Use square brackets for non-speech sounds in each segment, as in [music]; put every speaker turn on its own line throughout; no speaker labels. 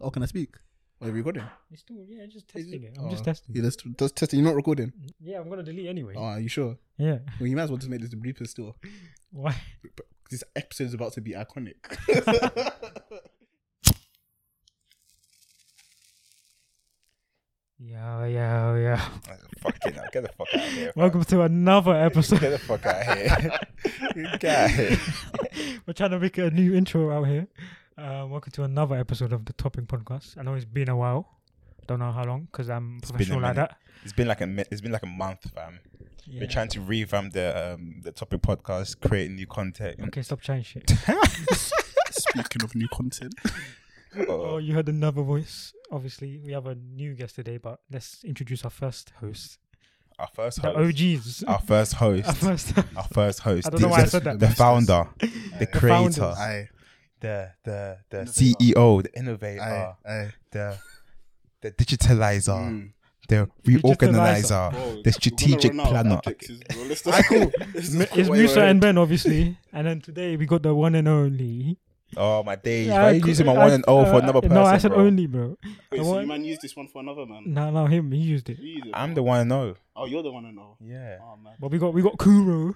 Oh, can I speak? Are you
Mm.
recording?
It's still yeah, just
Is it-
testing it. I'm
Oh,
just testing.
Yeah, that's, that's testing. You're not recording.
it. Yeah, I'm gonna delete anyway.
Oh, are you sure?
Yeah. [laughs]
Well, you might as well just make this the bleepers still.
Why?
This episode is about to be iconic.
[laughs]
Yeah, yeah, yeah.
Fucking hell, get the fuck out of here. fam.
Welcome to another episode. [laughs]
Get the fuck out of here. Get out of here.
We're trying to make a new intro out here. Uh, welcome to another episode of the Topping Podcast. I know it's been a while. Don't know how long because I'm
been a
professional like
minute.
that.
It's been like a mi- it's been like a month, fam.
Yeah.
We're trying to revamp the um the topic podcast, create new content.
Okay, stop trying
[laughs]
shit. [laughs]
Speaking of new content,
oh,
Oh,
you heard another voice. Obviously, we have a new guest today, but let's introduce our first host,
our first
the
host.
OGs.
Our first
[laughs] Our
host.
first.
Our first host.
I don't know why I
the,
said that.
the founder,
[laughs]
the creator,
founders.
I,
the the the
Innovator.
CEO, the
I,
innovator,
I.
the the digitalizer,
Mm.
the reorganizer, the strategic planner.
[laughs]
It's Musa and Ben,
[laughs]
obviously, and then today we got the one and only.
Oh my days!
Yeah,
Why
I
are you
cou-
using my
I-
one and oh for
uh,
another person?
No, I said
bro?
only, bro.
Wait,
I
so
want-
you man use this one for another man?
No, no, him. He used it.
You use it
Mm. I'm
for-
the one and oh.
Oh, you're the one I know.
Yeah.
Oh man.
But we got we got Kuro.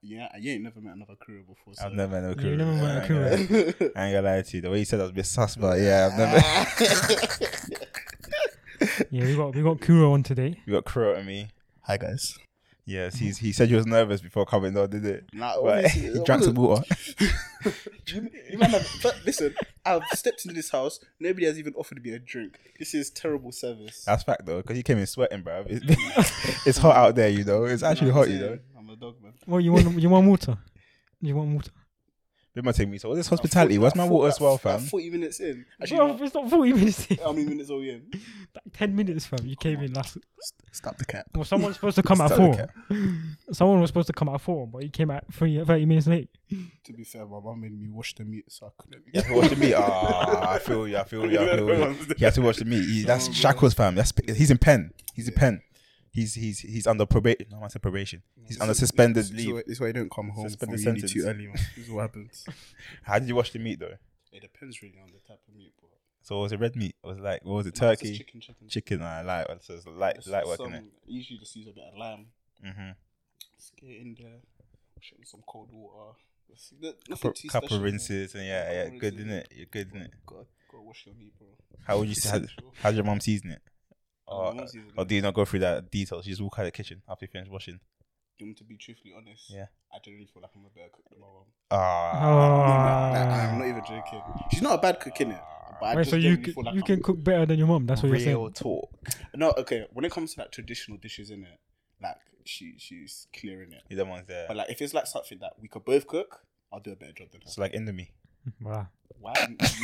Yeah, you ain't never met another crew before. So. [laughs]
I've never known
You
Kuru.
never met a
I ain't
Kuro.
gonna- I ain't gonna lie to you. The way you said that was a bit sus, but yeah, I've never.
[laughs]
Yeah, we got we got Kuro on today.
[laughs] you got Kuro and me.
Hi guys.
Yes, he's he said he was nervous before coming though, did it?
Nah,
But [laughs]
obviously,
he
I
drank some
wasn't-
water.
You, you man have, but listen, I've stepped into this house. Nobody has even offered me a drink. This is terrible service.
That's fact though, because he came in sweating, bruv. It's, [laughs] it's hot out there, you know. It's actually hot, you
I'm
know.
saying, I'm a dog man.
Well, you want you want water? You want water?
They might take me. So this hospitality. Where's my
At
water
fort-
as well,
at- at
fam?
Forty minutes in. Actually,
Bro, it's not forty minutes. [laughs] in.
no, how many minutes are we in?
Like ten minutes, fam. You came in last.
Stop the cat.
Well,
[laughs]
someone's supposed to come at
Stop the
four. Someone was supposed to come at four, but he came at three, 30 minutes late.
To be fair, my mum made me wash the meat, so I couldn't.
You have to watch the meat. Ah, I feel you. I feel you. I feel you.
[laughs]
He has to watch the meat. He, that's shackles, fam. That's he's in pen. He's in pen. He's he's he's under probation. No, I said probation. He's under suspended
This is why-
leave.
this is why you don't come home from
Suspended
uni
sentence.
too early. Man. This is what happens.
How did you watch the meat though?
It depends really on the type of meat, but
So was it red meat? Was it like what was it?
No, it's
Turkey,
just
chicken.
chicken, chicken,
I like. So it's light
Just
light work in it.
some- Usually just use a bit of lime.
Mm-hmm.
Just get in there, wash it with some cold water. Just- no- nothing
Couple,
too
couple
special, man.
rinses and yeah, yeah,
Couple
good
rinses.
in it. You're good in it.
Gotta, gotta wash your meat, bro.
How would you say? How,
Essential.
how'd your mom season it?
Oh,
Or,
my mum seasoned
or
it.
do you not go through that detail? She just walk out of the kitchen after you finish washing.
Um, to be truthfully honest,
Yeah.
I generally feel like I'm a better cook than my mum.
Ah,
Like, I'm not even joking. She's not a bad cook in it, but I
Wait,
just
so you
generally
can,
feel like
you
I'm-
can cook better than your mom. That's what you're saying.
real talk.
No, okay. When it comes to like traditional dishes in it, like she she's clearing it.
You're the ones there.
But like if it's like something that we could both cook, I'll do a better job than her.
It's like enemy.
Wow.
Why?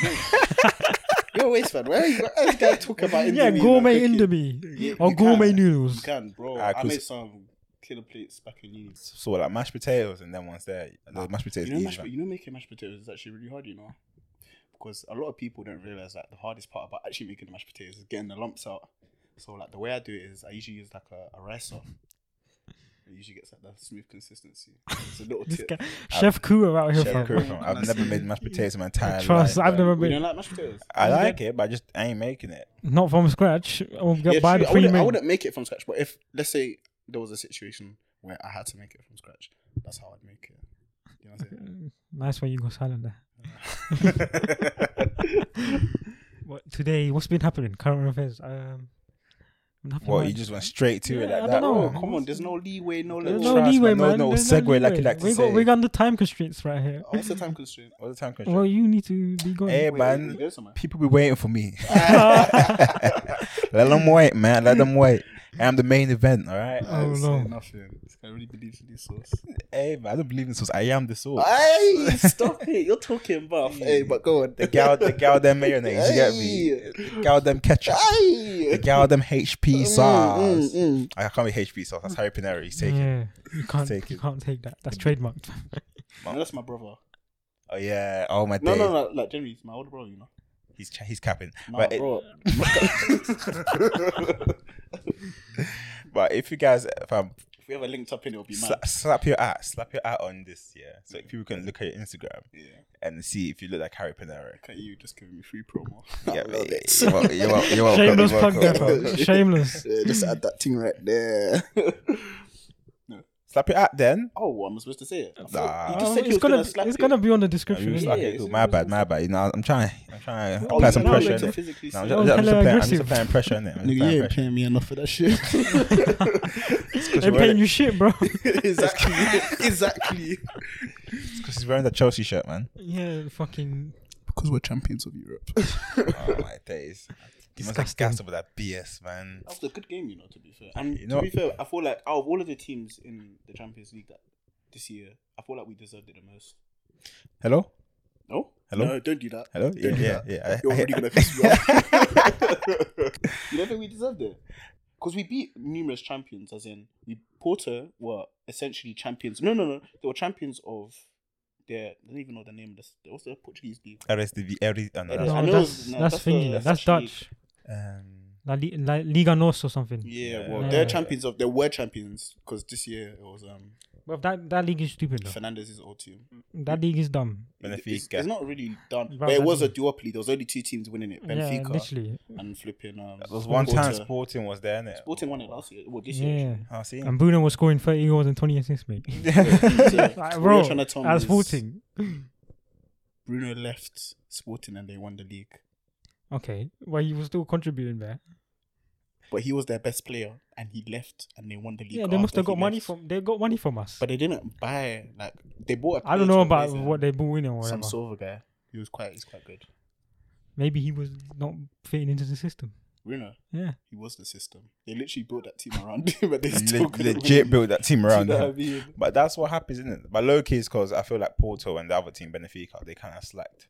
You
[laughs]
are a waste man. Why are you why is guy talking about Indomie?
[laughs] Yeah,
and
gourmet
cooking?
indomie
Yeah,
or
you
Oh, gourmet
can. You
noodles.
can, bro.
Ah,
I
'cause-
made some killer plates back in uni.
So like mashed potatoes and then once there, the mashed potatoes.
You know,
easy,
mashed,
man.
po- you know, making mashed potatoes is actually really hard, you know, because a lot of people don't realize that the hardest part about actually making the mashed potatoes is getting the lumps out. So like the way I do it is I usually use like a, a rice off. It usually gets like that smooth consistency. It's a little
This
tip.
guy, Chef Kuro out here,
Chef
fam.
Curry from- I've never made mashed potatoes in my entire
Trust,
life.
I've
bruv.
never
You
been
don't like mashed potatoes?
I like it, but I just ain't making it.
not from scratch. I'll get
Yeah,
by
true.
the
I,
pre
wouldn't, I
made.
wouldn't make it from scratch, but if let's say there was a situation where I had to make it from scratch, that's how I'd make it. You know what I'm saying?
Nice when you go silent
[laughs]
there. what today? What's been happening? Current affairs. Um, nothing
What
much.
you just went straight to it
Yeah,
like
I don't
that?
know.
bruv.
Oh, come on, there's no leeway, no
There's
little.
no
trust, man.
leeway,
No-
man.
no
There's
segue like you
leeway.
like to
we
say.
Got, we got the time constraints right here.
What's the time constraint?
All the time
Well,
constraint.
you need to be going.
[laughs] Hey
Wait,
man,
you go somewhere.
people be waiting for me. [laughs]
[laughs]
[laughs]
Let them wait, man. Let them wait. I'm the main event, all right.
Oh,
I'd say
no.
Nothing. I really believe in this source. [laughs]
Hey man, I don't believe in source. I am the source.
Hey, stop it. You're talking buff. hey, but go on.
The gal,
[laughs]
the gal, them mayonnaise. You get me? The gal, them ketchup. The
Hey.
gal, them HP sauce.
mm.
I can't be HP sauce. That's Harry Panera. He's taking.
yeah, you can't.
Take
you
it.
can't take that. That's trademarked.
No, that's my brother.
Oh yeah. Oh my
No,
days.
no, no. Like, generally, it's my older brother, you know.
He's ch- he's capping.
Nah,
but it-
bro.
[laughs] but if you guys, if I'm
if we ever linked up in, it'll be mad.
sla- slap your ad, slap your ad on this, yeah, so people can look at your Instagram
Yeah.
and see if you look like Harry Panera.
Look at you just giving me free promo.
Yeah,
That
mate.
little bit.
You're [laughs] wel- you're wel-
[laughs]
you're welcome,
Shameless
you're
plug there, [laughs]
welcome.
bro. Shameless.
Yeah, just add that thing right there.
Slap it out then.
[laughs] oh, I'm supposed to say it. I thought
Nah.
you just
Oh,
said you
it's
was
gonna,
gonna slap
it's
it.
gonna be on the
Oh, you
description.
was
innit?
like,
yeah,
okay, cool.
it's-
My bad, my bad. You know, I'm trying, I'm trying to
Oh,
apply some
no,
pressure.
it's
innit?
a
physically say
No, I'm
it.
just, [laughs] I'm just
hella
applying, I'm just
aggressive.
applying pressure on it. I'm just
Nigga, you
applying
ain't
pressure.
paying me enough for that shit.
They're paying you shit, [laughs] bro.
exactly. [laughs] exactly.
Because he's wearing the Chelsea shirt,
[laughs]
man.
yeah, fucking
Because we're champions of Europe.
oh my days. You must have
Disgusting.
gassed up with that BS, man.
That was a good game, you know. To be fair, and
You know-
to be fair, I feel like out of all of the teams in the Champions League that this year, I feel like we deserved it the most.
Hello?
No,
Hello?
no, don't do that.
Hello?
Don't
Yeah,
do
yeah,
that.
yeah. I-
You're
I-
already
[laughs]
[laughs] gonna piss me off. you don't think we deserved it? Because we beat numerous champions, as in we Porter were essentially champions. No, no, no, they were champions of their. I don't even know the name of this. What's the Portuguese league?
RSDV, every, oh, no,
It
that's-
is.
no,
I know
that's
it's- no,
that's
that's
thingy.
the-
That's,
that's actually-
Dutch.
um,
La, Li- La Liga North or something.
Yeah,
Yeah.
well,
Yeah.
they're champions of. They were champions because this year it was um
Bro, that that league is stupid. Though.
Fernandez's old team.
That league is dumb.
It's,
Benfica.
it's not really done,
Bruv,
but it was a
that's-
duopoly. There was only two teams winning it:
Yeah,
Benfica
literally.
and flipping. Um,
There was one time
Porto.
Sporting was there, innit?
Sporting won it last year. Well, this year.
Yeah.
actually.
Oh,
[laughs]
see?
And Bruno was scoring 30 goals and 20 assists, mate. [laughs]
So,
Like,
what
bro,
you're trying to tell me
that's
is
14.
Bruno left Sporting and they won the league,
Okay. Well, he was still contributing there.
but he was their best player, and he left and they won the league.
Yeah, they must
after
have got
he
money
left.
from they got money from us.
But they didn't buy like they bought. A
I don't
player
know
to replace
about
him.
what they bought in or
Some
whatever.
silver guy. He was quite. He's quite good.
Maybe he was not fitting into the system.
Bruno.
Yeah.
He was the system. They literally built that team around [laughs] him, but they still
Le-
couldn't
legit
win.
build that team
[laughs] Do you
around
know what I
him.
mean?
But that's what happens, isn't it? But low key is because I feel like Porto and the other team, Benfica, they kind of slacked.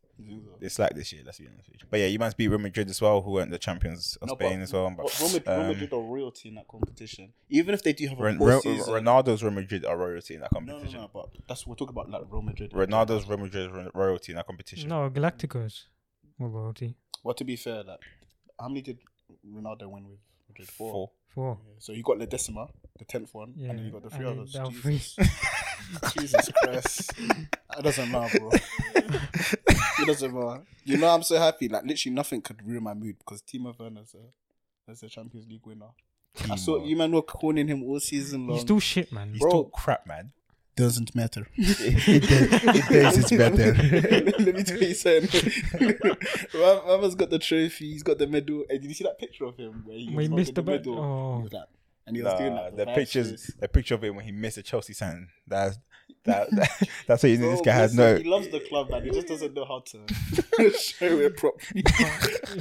They slacked this year, let's be honest. With you. But yeah, you must beat Real Madrid as well, who weren't the champions of
No,
Spain
but-
as well.
But
But
Real Madrid, Real
um,
Madrid are royalty in that competition. Even if they do have a
Ren-
poor
Real-
season,
Ronaldo's Real Madrid are royalty in that
no, no,
competition.
no. But that's what we're talking about, like Real Madrid.
Ronaldo's Real Madrid are royalty in that competition.
No, Galacticos. Well, royalty.
Well, to be fair, like how many did Ronaldo win with Madrid? Four.
Four.
Four.
Yeah, So you got La Decima, the tenth one,
Yeah.
and then you got the three
and
others.
that was
Jesus, [laughs] Jesus Christ, that doesn't matter, bro. it doesn't matter. You know, I'm so happy. Like literally, nothing could ruin my mood because Timo Werner's a, is a Champions League winner. I saw
Timo.
you man were corning him all season long.
He's still shit, man.
He's
Bro.
still
[laughs]
crap, man.
doesn't matter.
[laughs] it
[laughs]
days is better.
Let me tell you something. [laughs] Ram- Rama's got the trophy, he's got the medal. And did you see that picture of him where he
We
was
missed the
holding
bed.
medal? He
[laughs]
Oh,
was like- And he was doing
Nah,
that.
the pictures, the picture of him when he missed the Chelsea sign. That's
[laughs]
that, [laughs] that- that's what you know.
Bro,
This guy has
listen,
no.
He loves the club, man. He just doesn't know how
[laughs]
to [laughs] show it properly.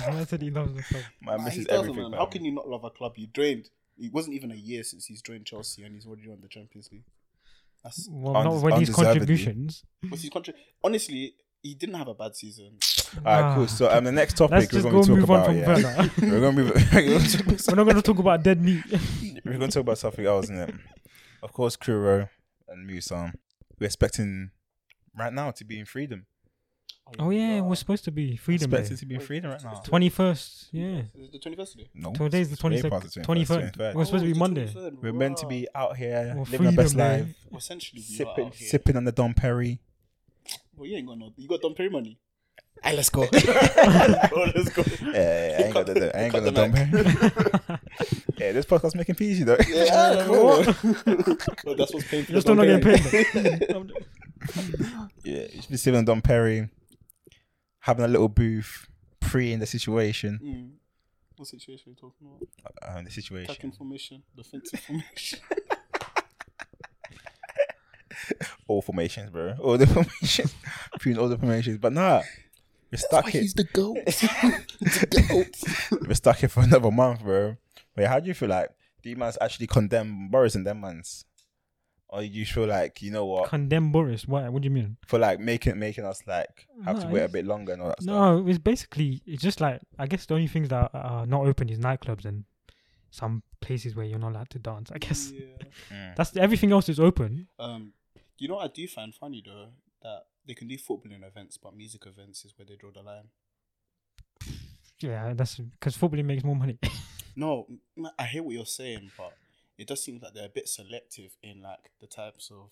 I said he loves the club.
Nah,
Man
he
misses
doesn't,
everything.
man. How can you not love a club? You drained. It wasn't even a year since he's joined Chelsea, and he's already won the Champions League. That's
Well, not
Undes-
with his
undeservedly.
contributions.
what's his country. Honestly, he didn't have a bad season.
All right, cool.
Ah.
So um, the next topic
Let's
we're
just
going
go
to talk
move on
about.
from
yeah.
Werner.
[laughs] we're going to move. we're going
[laughs]
to talk-
We're not going to talk about dead
[laughs]
meat.
we're going to talk about something else, isn't it? Of course, Kuro and Musam. We're expecting right now to be in freedom.
Oh yeah, we're supposed to be freedom day. [laughs]
Expected to be in freedom right now.
Twenty first. Yeah.
Is it the 21st today?
No,
Today's the
it's way
22nd,
past the
23rd.
23rd.
We're supposed to
Oh,
be
the
Monday.
23rd,
We're meant to
wow.
be out here
Well,
living our best
freedom, eh?
life,
man.
Well, essentially, we are
sipping,
out here.
sipping on the Dom Perry.
Well, you ain't got no. You got Don Perry
[laughs]
money. Hey, let's go. Oh,
[laughs]
let's go.
Yeah, yeah, I ain't got the, I ain't got the
[laughs]
Dom Perry. yeah, this podcast's making peas, you know.
Yeah, I know,
What?
[laughs] Well, that's what's paid for. the
You're still not
Dom
getting
Perignon.
paid.
[laughs]
though.
[laughs] Yeah, you should be sipping on Dom Perry, having a little booth, pre in the situation.
Mm. What situation are you talking about?
Um, the
Attack
situation.
information,
[laughs]
defensive formation.
All formations, bro. [laughs] All the formations. pre in all the formations. But nah, we're stuck here.
the [laughs] goat.
[laughs]
the goat.
We're stuck here for another month, bro. Wait, how do you feel like? Do you man's actually condemn Boris and them man's? Or you feel like, you know what?
Condemn Boris. What? What do you mean?
For like making making us like have to
No,
wait a
it's-
bit longer and all that stuff.
No, it's basically it's just like I guess the only things that are not open is nightclubs and some places where you're not allowed to dance. I
[laughs]
guess
Yeah.
Mm.
that's everything else is open.
Um, you know what I do find funny though that they can do footballing events, but music events is where they draw the line.
Yeah, that's because footballing makes more money.
No, m- I hear what you're saying, but it does seem like they're a bit selective in like the types of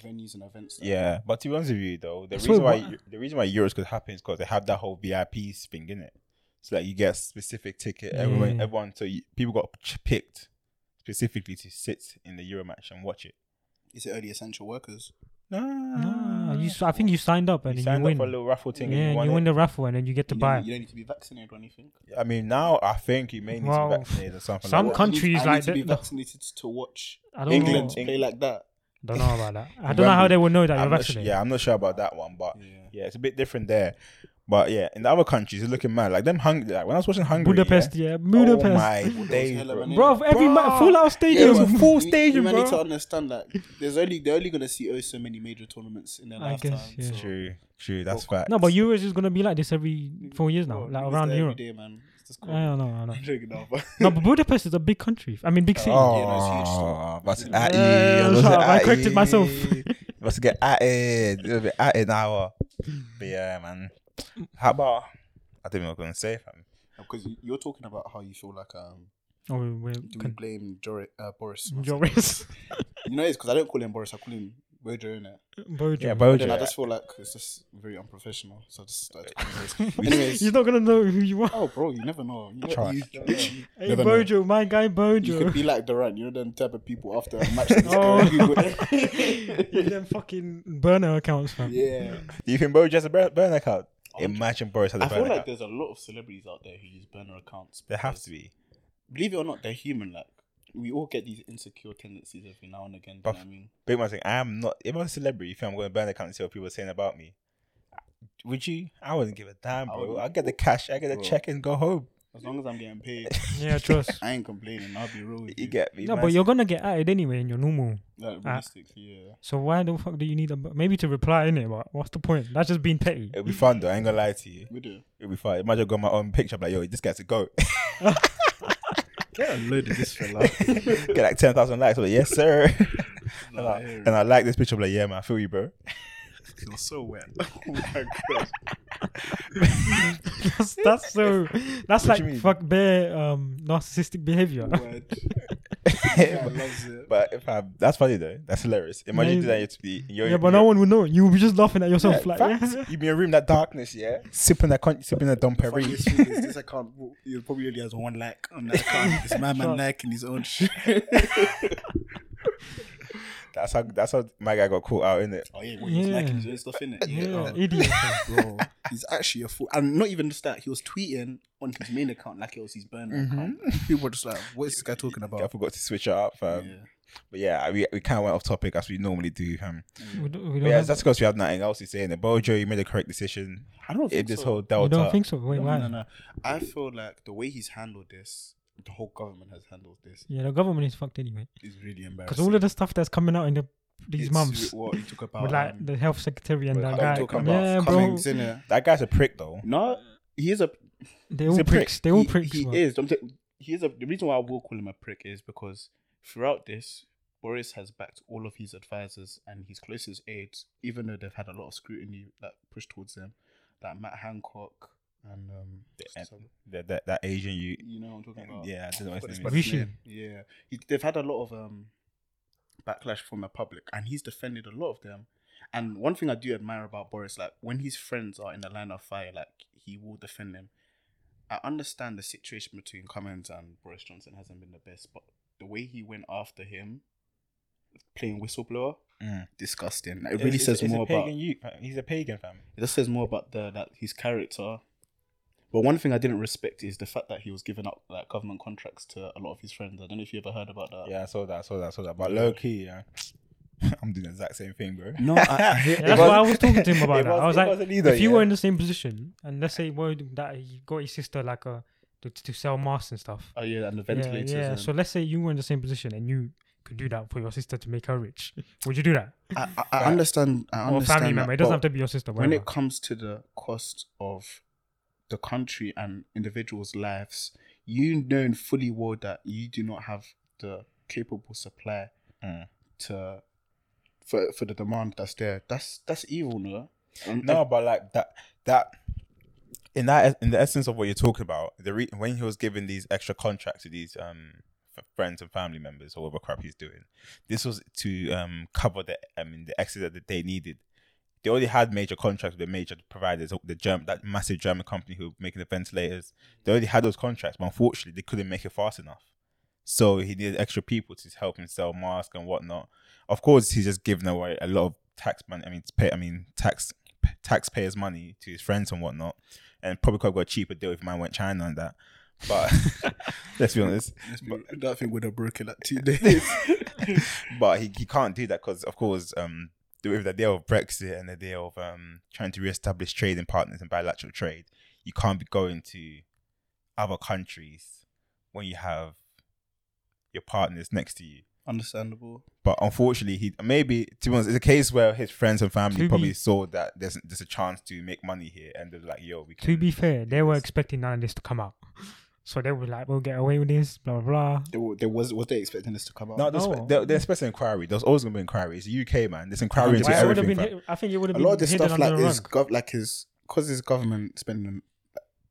venues and events. that-
Yeah, but to be honest with you though, the
That's
reason why
what-
Eu- the reason why Euros could happen is because they have that whole VIP thing in it. So like you get a specific ticket, everyone,
Yeah.
everyone. So you, people got ch- picked specifically to sit in the Euro match and watch it.
Is it only essential workers?
Ah,
Nah, you, s- I think you signed up and
you
then
signed
you win.
up for a little raffle thing.
yeah,
and you, won
you win
it.
the raffle and then you get to
you,
buy
don't, you
it.
don't need to be vaccinated or anything.
I mean, now I think you may need
Well,
to be vaccinated or something.
some
like that.
con- Countries
I need, I
like
need to be
that- no.
vaccinated to watch
I don't
England
know.
play like that.
Don't know about that. I don't know how they will know that you're
I'm not su-
vaccinated.
yeah, I'm not sure about that one, but
Yeah.
yeah, it's a bit different there. But yeah, in the other countries, it's looking mad. Like them Hungary. Like when I was watching Hungary,
Budapest, yeah, Budapest.
Oh my days, bro.
Bro,
Bro, every ma- full out
Yeah,
stadium,
it was a full
You-
stadium,
you
bro.
need to understand that there's only they're only gonna see oh so many major tournaments in their
I
lifetime.
guess, yeah.
so-
True, true. That's
Well,
fact.
No, but Euros is gonna be like this every four years now,
Bro,
like
it's
around
there every
Europe. Uh,
day, man. It's just [laughs]
I don't know, I don't know.
Joking now, but- [laughs]
No, but Budapest is a big country. I mean, big city.
Oh,
Yeah, no, it's huge stuff.
must
Yeah,
at
Yeah,
it,
that's
must
right, I
at
corrected
it. [laughs]
myself.
Must get at it. It'll be at it now. But yeah, man. How about? I think we were going to say. fam.
Because you- you're talking about how you feel like um,
oh, we- we
do we
can-
blame Jor- uh, Boris?
Euros.
You know, it's because I don't call him Boris. I call him Bojo in it.
[laughs] Bojo.
Yeah,
But then I
Bojo.
just feel like it's just very unprofessional. So I just started calling him Boris.
We-
Anyways,
You're not gonna know who you are.
oh bro, you never know. You,
Try.
know, you, you,
Hey,
never know.
Bojo, my guy
you
Bojo.
could be like Durant. You know them type of people after a match. they just [laughs] go
Oh. [laughs]
Google.
Them fucking burner accounts, fam.
[laughs] yeah.
Do you think Bojo has a burn, burn account?
I would-
Imagine Boris has a
I
burn
feel
account.
like there's a lot of celebrities out there who use burner accounts.
there have
because-
to be.
Believe it or not, they're human. Like we all get these insecure tendencies every now and again. do you
But-
know what I mean,
Big man saying, I am not. If I'm a celebrity, you think I'm going to burn account and see what people are saying about me? Would you? I wouldn't give a damn,
I
bro.
wouldn't.
I get the cash, I get the
Bro.
check, and go home.
as long as I'm getting paid,
Yeah, trust.
I ain't complaining. I'll [laughs] be real with you.
You get me?
no,
man.
but you're gonna get at it anyway in your normal.
like, realistically, yeah.
So why the fuck do you need a bu- maybe to reply in it? But what's the point? That's just being
[laughs]
petty. [laughs]
It'll be fun though. I ain't gonna lie to you.
We do.
It'll be fun. Imagine I got my own picture. I'm like, yo, this guy's a goat. [laughs]
Get a load of this fella.
Get like ten thousand likes. I'm like, yes,
[laughs]
sir. and, I,
Hilarious.
and I like this picture. I'm like, yeah, man, I feel you, bro. [laughs]
You're so wet. [laughs] oh my god.
[laughs] that's, that's so. That's
What
like
you mean?
fuck bear um narcissistic behavior.
Word. I
but
loves it.
but if I, that's funny though. That's hilarious. Imagine
Yeah,
you do that. You'd be, you're,
[laughs] yeah, but no one would know. You would be just laughing at yourself. like,
[laughs]
yeah.
You'd be in a room in that darkness, yeah, sipping that con- sipping that Dom Perignon.
Funniest thing is, this account, you probably only has one like on that account. It's my man
[laughs] Sure.
liking his own shit.
That's how that's how my guy got caught out in it.
Oh yeah, well, he's
Yeah.
liking his own stuff in it.
yeah, idiot.
bro. He's actually a fool, and not even just that. He was tweeting on his main account like it was his burner
Mm-hmm.
account.
[laughs]
People were just like, "What is this guy talking
I
about?"
forgot to switch it up, fam.
Yeah.
But yeah, we, we kind of went off topic as we normally do, fam.
we don't, we
But
don't,
yeah,
have-
that's because we have nothing else to say. In the Bojo, you made the correct decision.
I don't
If
think
this
so.
whole
we
Delta,
don't think so. Wait,
No,
why?
no, no. I feel like the way he's handled this, the whole government has handled this,
Yeah, the government is fucked anyway.
is really
Because
embarrassing.
all of the stuff that's coming out in the these
It's
months,
what he took about,
with like
um,
the health secretary and
Well,
that
I'm
guy,
talking about
yeah, bro,
Cummings, innit?
that guy's a prick
[laughs]
though.
No, he is a
they
He's
all
a prick.
pricks. They all
he,
pricks.
He
bro.
is. I'm t- he is a, the reason why I will call him a prick is because throughout this, Boris has backed all of his advisors and his closest aides, even though they've had a lot of scrutiny that pushed towards them, like Matt Hancock and um,
Yeah. That that, that Asian you.
you know what I'm talking about.
Yeah, I don't know
I
what
forgot
his
his
name
Rishi.
is.
brother's name. Yeah, he, they've had a lot of um backlash from the public, and he's defended a lot of them. And one thing I do admire about Boris, like when his friends are in the line of fire, like he will defend them. I understand the situation between Cummins and Boris Johnson hasn't been the best, but the way he went after him, playing whistleblower,
Mm.
disgusting. Like, it really
It's-
says
it's a
more
pagan
about
youth, fam. He's a pagan fam.
it just says more about the that his character. But one thing I didn't respect is the fact that he was giving up like government contracts to a lot of his friends. I don't know if you ever heard about that.
Yeah, I saw that. I saw that. I saw that. But low key, yeah. [laughs] I'm doing the exact same thing, bro.
No, I, I hate
[laughs]
Yeah,
that.
that's why I was
[laughs]
talking to him about
It
that. I was
it
like,
wasn't either,
if you
yeah.
were in the same position, and let's say well, that he got his sister like a to, to sell masks and stuff.
Oh yeah, and the
Yeah,
ventilators.
yeah.
and-
So let's say you were in the same position and you could do that for your sister to make her rich. Would you do that?
I, I, I understand. I
Or a
understand
family
that,
member? It doesn't
but
have to be your sister.
when
Whatever.
it comes to the cost of the country and individuals' lives, you know fully well that you do not have the capable supply
Mm.
to for for the demand that's there. That's that's evil, no. And-
No, but like that that in that in the essence of what you're talking about, the re- when he was giving these extra contracts to these um f- friends and family members or whatever crap he's doing. This was to um, cover the I mean the exit that they needed. They already had major contracts with the major providers, the Germ- that massive German company who were making the ventilators. They already had those contracts, but unfortunately they couldn't make it fast enough. So he needed extra people to help him sell masks and whatnot. Of course, he's just giving away a lot of tax money. I mean, pay, I mean tax taxpayers' money to his friends and whatnot, and probably could have got a cheaper deal if man went China and that. But [laughs] let's be honest,
that thing would have broken like
[laughs]
two days.
but he, he can't do that because of course um with the deal of Brexit and the deal of um trying to reestablish trading partners and bilateral trade, you can't be going to other countries when you have your partners next to you.
Understandable.
But unfortunately, he maybe to be honest, it's a case where his friends and family
To
probably
be-
saw that there's there's a chance to make money here, and they're like, "Yo, we can."
To be fair, they were
Yes.
expecting none of this to come out. [laughs] So they were like, we'll get away with this, blah, blah, blah.
There, wa- there was was they expecting this to come out?
no, there's,
No.
there, there's special inquiry. There's always gonna be inquiry. It's the UK, man. There's inquiry into
Well, it would've
everything.
been
fam.
hid- I think it would have
a
been
lot of this
hidden
stuff
under
like
the rug.
is gov- like is because his government spending.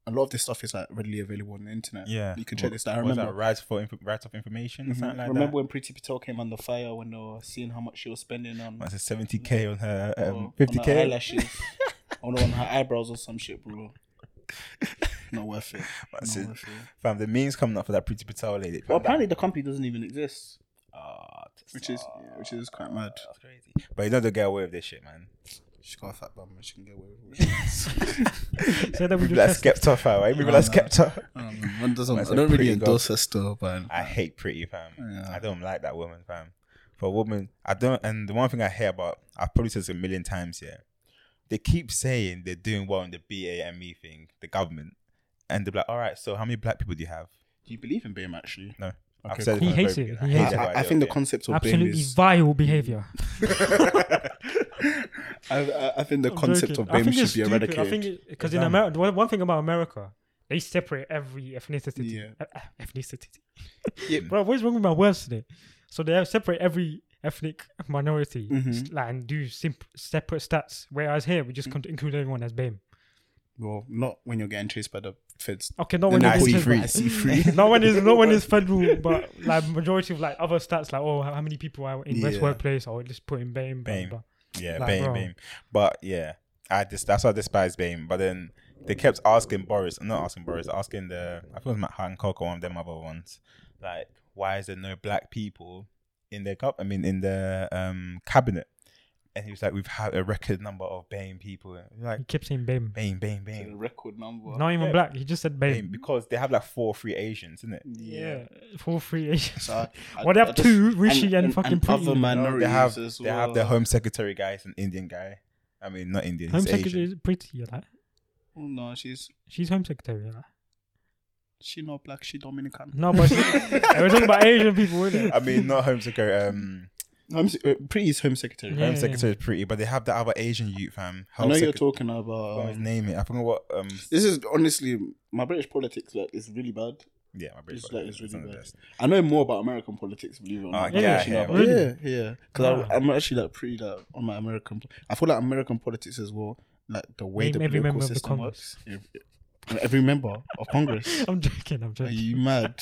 A lot of this stuff is like readily available on the internet.
Yeah,
you can check
What-
this. out. I
what was
remember.
that rights for inf- rights of information or
Mhm.
something like
remember
that.
when Pretty Patel came under fire when they were seeing how much she was spending on
That's a seventy k on her,
or-
um,
Oh, on her
fifty [laughs]
eyelashes, on, on her eyebrows or some shit, bro. Not worth it. Not
k.
worth it.
Fam, the memes coming up for that pretty patel lady.
Well,
fam, that-
apparently the company doesn't even exist,
Ah,
[laughs]
that's-
which is yeah, which is quite mad.
that's crazy. But you know they get away with this shit, man.
She's got a fat bum, and she can get away with it.
[laughs] So that we
[laughs]
People
just
like Skepta, fam. Right? People
Nah,
like
nah.
Skepta.
Um, one doesn't.
That's
I
a
don't really
pretty girl.
endorse her still, but
I hate pretty fam.
Yeah.
I don't like that woman, fam. For a woman, I don't. And the one thing I hear about, I've probably said this a million times here. They keep saying they're doing well in the BA and me E thing, the government, and they're like, "All right, so how many black people do you have?"
do you believe in BAME actually?
No,
Okay,
it
cool.
from
He
the
hates
very
it.
beginning.
He
I
hates
hate
it.
that
I, I
idea
think the
of it.
concept of BAME
absolutely
is.
vile behavior.
[laughs] I, I, I think the
I'm
concept
joking.
of BAME should be eradicated.
I think because in
Damn.
America, one, one thing about America, they separate every ethnicity.
Yeah.
Uh, uh, ethnicity.
[laughs] Yeah.
Bro, what's wrong with my words today? So they separate every ethnic minority
Mhm.
s- like, and do simp- separate stats. Whereas here, we
Mm.
just con- include everyone as BAME.
Well, not when you're getting chased by the feds.
Okay, not
Then
when
I
it's
see
voted,
free.
but-
I see
[laughs]
free.
Not when it's not when
[laughs]
it's federal, but like majority of like other stats, like oh, how how many people are in best
Yeah.
workplace, or just put in BAME. blah,
BAME.
blah, blah.
Yeah,
Like,
BAME,
bro.
BAME. But yeah, I just that's why I despise BAME. But then they kept asking Boris, not asking Boris, asking the I think it was Matt Hancock or one of them other ones, like why is there no black people in their cup? I mean, in the um cabinet. And he was like, "We've had a record number of BAME people." And we're
He
Like
kept saying BAME.
BAME, BAME,
So the
BAME,
record number.
Not even
Yeah.
black. He just said BAME.
BAME, because they have like four free Asians, isn't it?
Yeah, for free Asians.
So I, I,
What up
I just-
to Rishi and, fucking Pretty?
other minorities
they have they
as
have
well.
their home secretary guy, is an Indian guy. I mean, not Indian,
home
he's
secretary
Asian.
is Pretty, you like?
Oh, no, she's
She's home secretary, you like?
she not black. She Dominican.
No, but she, Yeah, we're talking about Asian people,
[laughs]
isn't
I mean, not home secretary. Um,
Mm-hmm.
Home, se- uh, pretty is home secretary.
Yeah,
Home
yeah.
secretary is pretty, but they have the other Asian youth fam.
I know
Health
you're
secre-
talking
I
about.
forgot his
Um,
name. it. I forgot what. Um,
this is honestly my British politics like is really bad.
yeah, my British
It's
brother,
like- it's
it's
really
not the
bad.
best.
I know more about American politics, believe it or not.
Oh,
I
yeah,
actually know
yeah,
about-
really?
yeah, yeah. Because
Wow.
I'm actually like pretty like on my American. po- I feel like American politics as well. Like the way
Name
the
every
political
member of the
system works. Every- Every member of
[laughs]
Congress.
it? I'm joking, I'm
Are
joking.
you mad?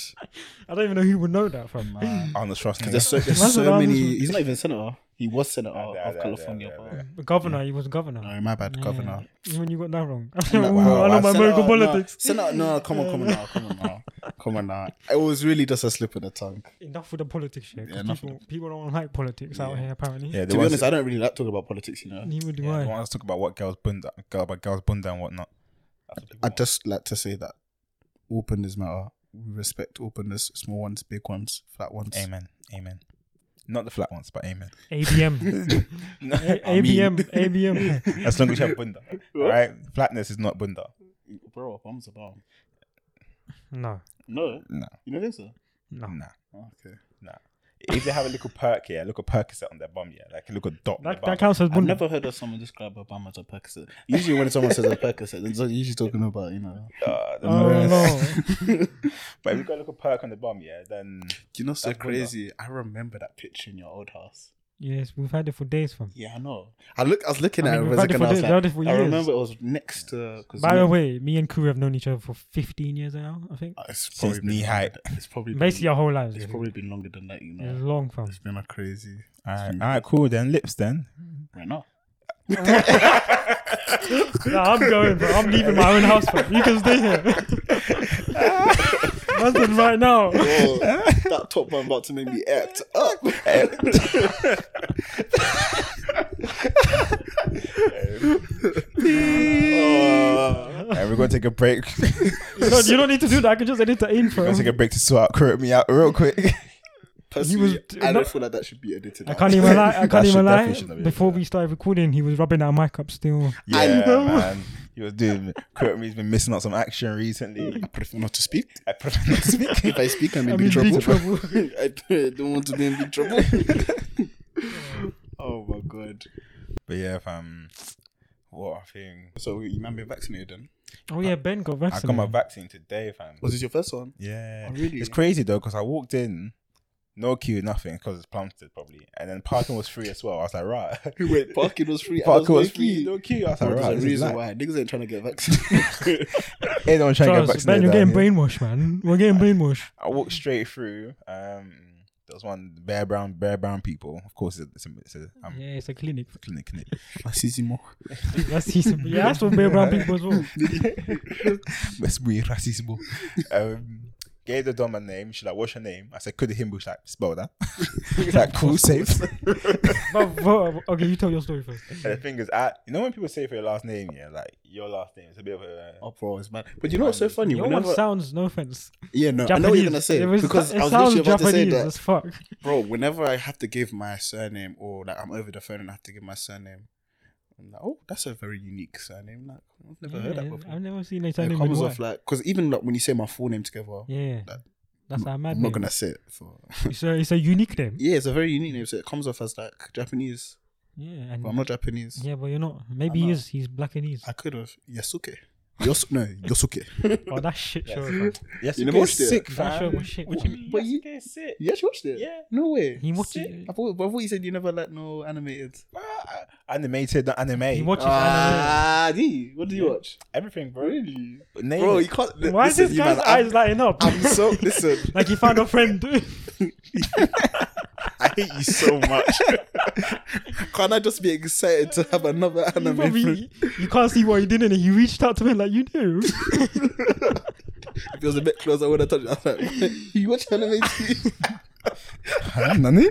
I don't even know who would know that from.
Arnold Schwarzenegger.
There's so, there's
That's what
so
I was-
many. He's not even senator. He was senator
Ah, there,
of
there,
California.
there, there,
but-
there.
The Governor, he was governor.
No, my bad,
Yeah.
governor.
Even you got that wrong. [laughs]
I'm like,
wow,
I know
wow,
my
so-
American
oh, no,
politics.
No, Senator- no, come on, come on now, come on
[laughs]
now, come on now. It was really just a slip of the tongue.
Enough with the politics here. 'cause
Yeah, enough with
people, people don't like politics out
Yeah.
here, apparently.
yeah, the
to be
ones,
honest, I don't really like talking about politics. You know,
Neither do
yeah, the
I.
ones talk about what girls bunda, girl, about girls bunda and whatnot.
I just like to say that openness matter. We respect openness, small ones, big ones, flat ones.
Amen, amen. Not the flat ones, but amen.
[laughs]
ABM. [laughs]
No,
A-
I mean,
ABM. ABM.
as long as you have bunda,
[laughs] What?
right? Flatness is not bunda.
Bro, bums about.
No,
No,
No,
you don't think so?
no.
nah,
Oh, Okay.
nah. If they have a little perk here, a little percocet on their bum, yeah, like a little dot.
That,
on their
that
bum.
counts as
I've
bunda.
never heard of someone describe Obama as a Percocet. Usually, when someone says a Percocet, they're usually talking about you know.
Uh, the
Oh,
nose.
[laughs]
no.
But if you got a little perk on the bum, yeah, then
You know, so
That's Buddha.
crazy. I remember that picture in your old house.
Yes, we've had it for days, fam.
Yeah, I know.
I look. I was looking at
I mean,
him
we've
for a
had it
second.
for
I was
days.
like,
had it for
I
years.
remember it was next to. Cause
By
me- uh,
the way, me and Kuru have known each other for 15 years now, I think.
it's
Since
been
knee
longer
height.
than- It's probably
Basically,
been,
our whole lives.
it's
yeah.
probably been longer than that, you know.
It's long, fam.
It's been a crazy
All right, all right, cool. Then lips. Then
right now.
Nah,
[laughs]
I'm going, bro. I'm leaving my own house, fam. You can stay here. London right
[laughs]
now.
"Whoa, that top man about to make me act up." Oh.
and we're gonna take
[laughs]
a break.
You don't, you don't need to do that. I can just edit the
we're
intro.
gonna take a break to sort out, correct me out
[laughs]
real quick.
Personally,
was-
I
no-
don't feel like that should be edited.
I
out.
can't even lie. I
That
can't
should
even lie.
definitely shouldn't be
Before
there.
we started recording, he was rubbing our mic up still.
[laughs] Yeah,
know.
man. He was doing. Correct me's been missing out some action recently.
I prefer not to speak.
I [laughs] prefer not to speak.
[laughs]
[laughs]
If I speak, I'm in
I'm
big
in
trouble.
big trouble.
[laughs] I don't want to be in big [laughs] trouble.
Oh my god.
But yeah, fam. What a thing.
So you man been vaccinated then?
Oh yeah, Ben got
I got
vaccinated.
my vaccine today, fam.
Oh,
Was this your first one?
Yeah.
Oh, really?
It's crazy though, because I walked in, no queue, nothing, because it's planted probably. And then parking was free as well. I was like, right.
[laughs]
[laughs]
Wait, [laughs] parking was free.
parking was
free.
free, no queue. I was
Bro,
like,
there's
right.
a
this is
reason
like-
why niggas ain't trying [laughs] to get vaccinated.
Ain't no one trying to
Charles,
get
Ben,
vaccinated.
you're
down
getting
here.
brainwashed, man. We're getting brainwashed.
I walked straight through. Um, there was one bare brown, bare brown people. Of course, it's a, it's a, um,
Yeah, it's a clinic.
clinic, clinic.
Racismo.
That's decent. Yeah, that's what bare brown people as well.
Must be racismo. Um, gave the dom a name. She's like, what's your name? I said, could him She's like, spell that. She's like, cool, safe.
But, but okay, you tell your story first.
And the thing is, I, you know when people say for your last name, yeah, like your last name, it's a bit of a.
Oh bro, it's bad. But you know what's so funny?
Your
whenever
one sounds, no offense.
Yeah, no,
Japanese.
I know what you're gonna say
It was-
because
it
I was
sounds
literally about
Japanese
to
as
say
fuck.
that, bro. Whenever I have to give my surname or like I'm over the phone and I have to give my surname, I'm like, oh, that's a very unique surname. Like I've never heard that
Yeah,
before.
I've never seen a
it
surname in
comes
Y.
off like because even like when you say my full name together,
Yeah,
that-
that's how mad.
I'm not
name.
gonna say it. For
It's a it's a unique name.
yeah, it's a very unique name, so it comes off as like Japanese,
Yeah, and
but I'm not Japanese.
yeah, but you're not. Maybe
I'm
he
not.
is. He's black and he's.
I could have Yasuke. Yos- no, Yosuke.
Oh, that shit show. fam.
Yes,
You never watched it?
sick,
That show
fam.
was shit.
What do you mean?
But
yes,
you-
it is sick.
You actually watched it?
Yeah.
No way.
He watched
Sick.
it.
I thought, I thought you said you never liked no animated.
Ah, Animated, not anime.
He watches anime.
Ah, do you? What do you
Yeah.
watch?
everything, bro.
Really?
Name
Bro,
it. [laughs]
you can't. li-
Why is
listen,
this
you
guy's
man,
eyes lighting up?
I'm, I'm
[laughs]
so. Listen,
like [laughs] he found a
[laughs]
friend.
I hate you so [laughs] much. Can't I just be excited to have another
[laughs] You
anime?
probably-
friend?
you can't see what he did, and he reached out to me like you do.
If it was a bit closer, I would have touched it. I was like, [laughs] you watch anime too?
Huh, Nani?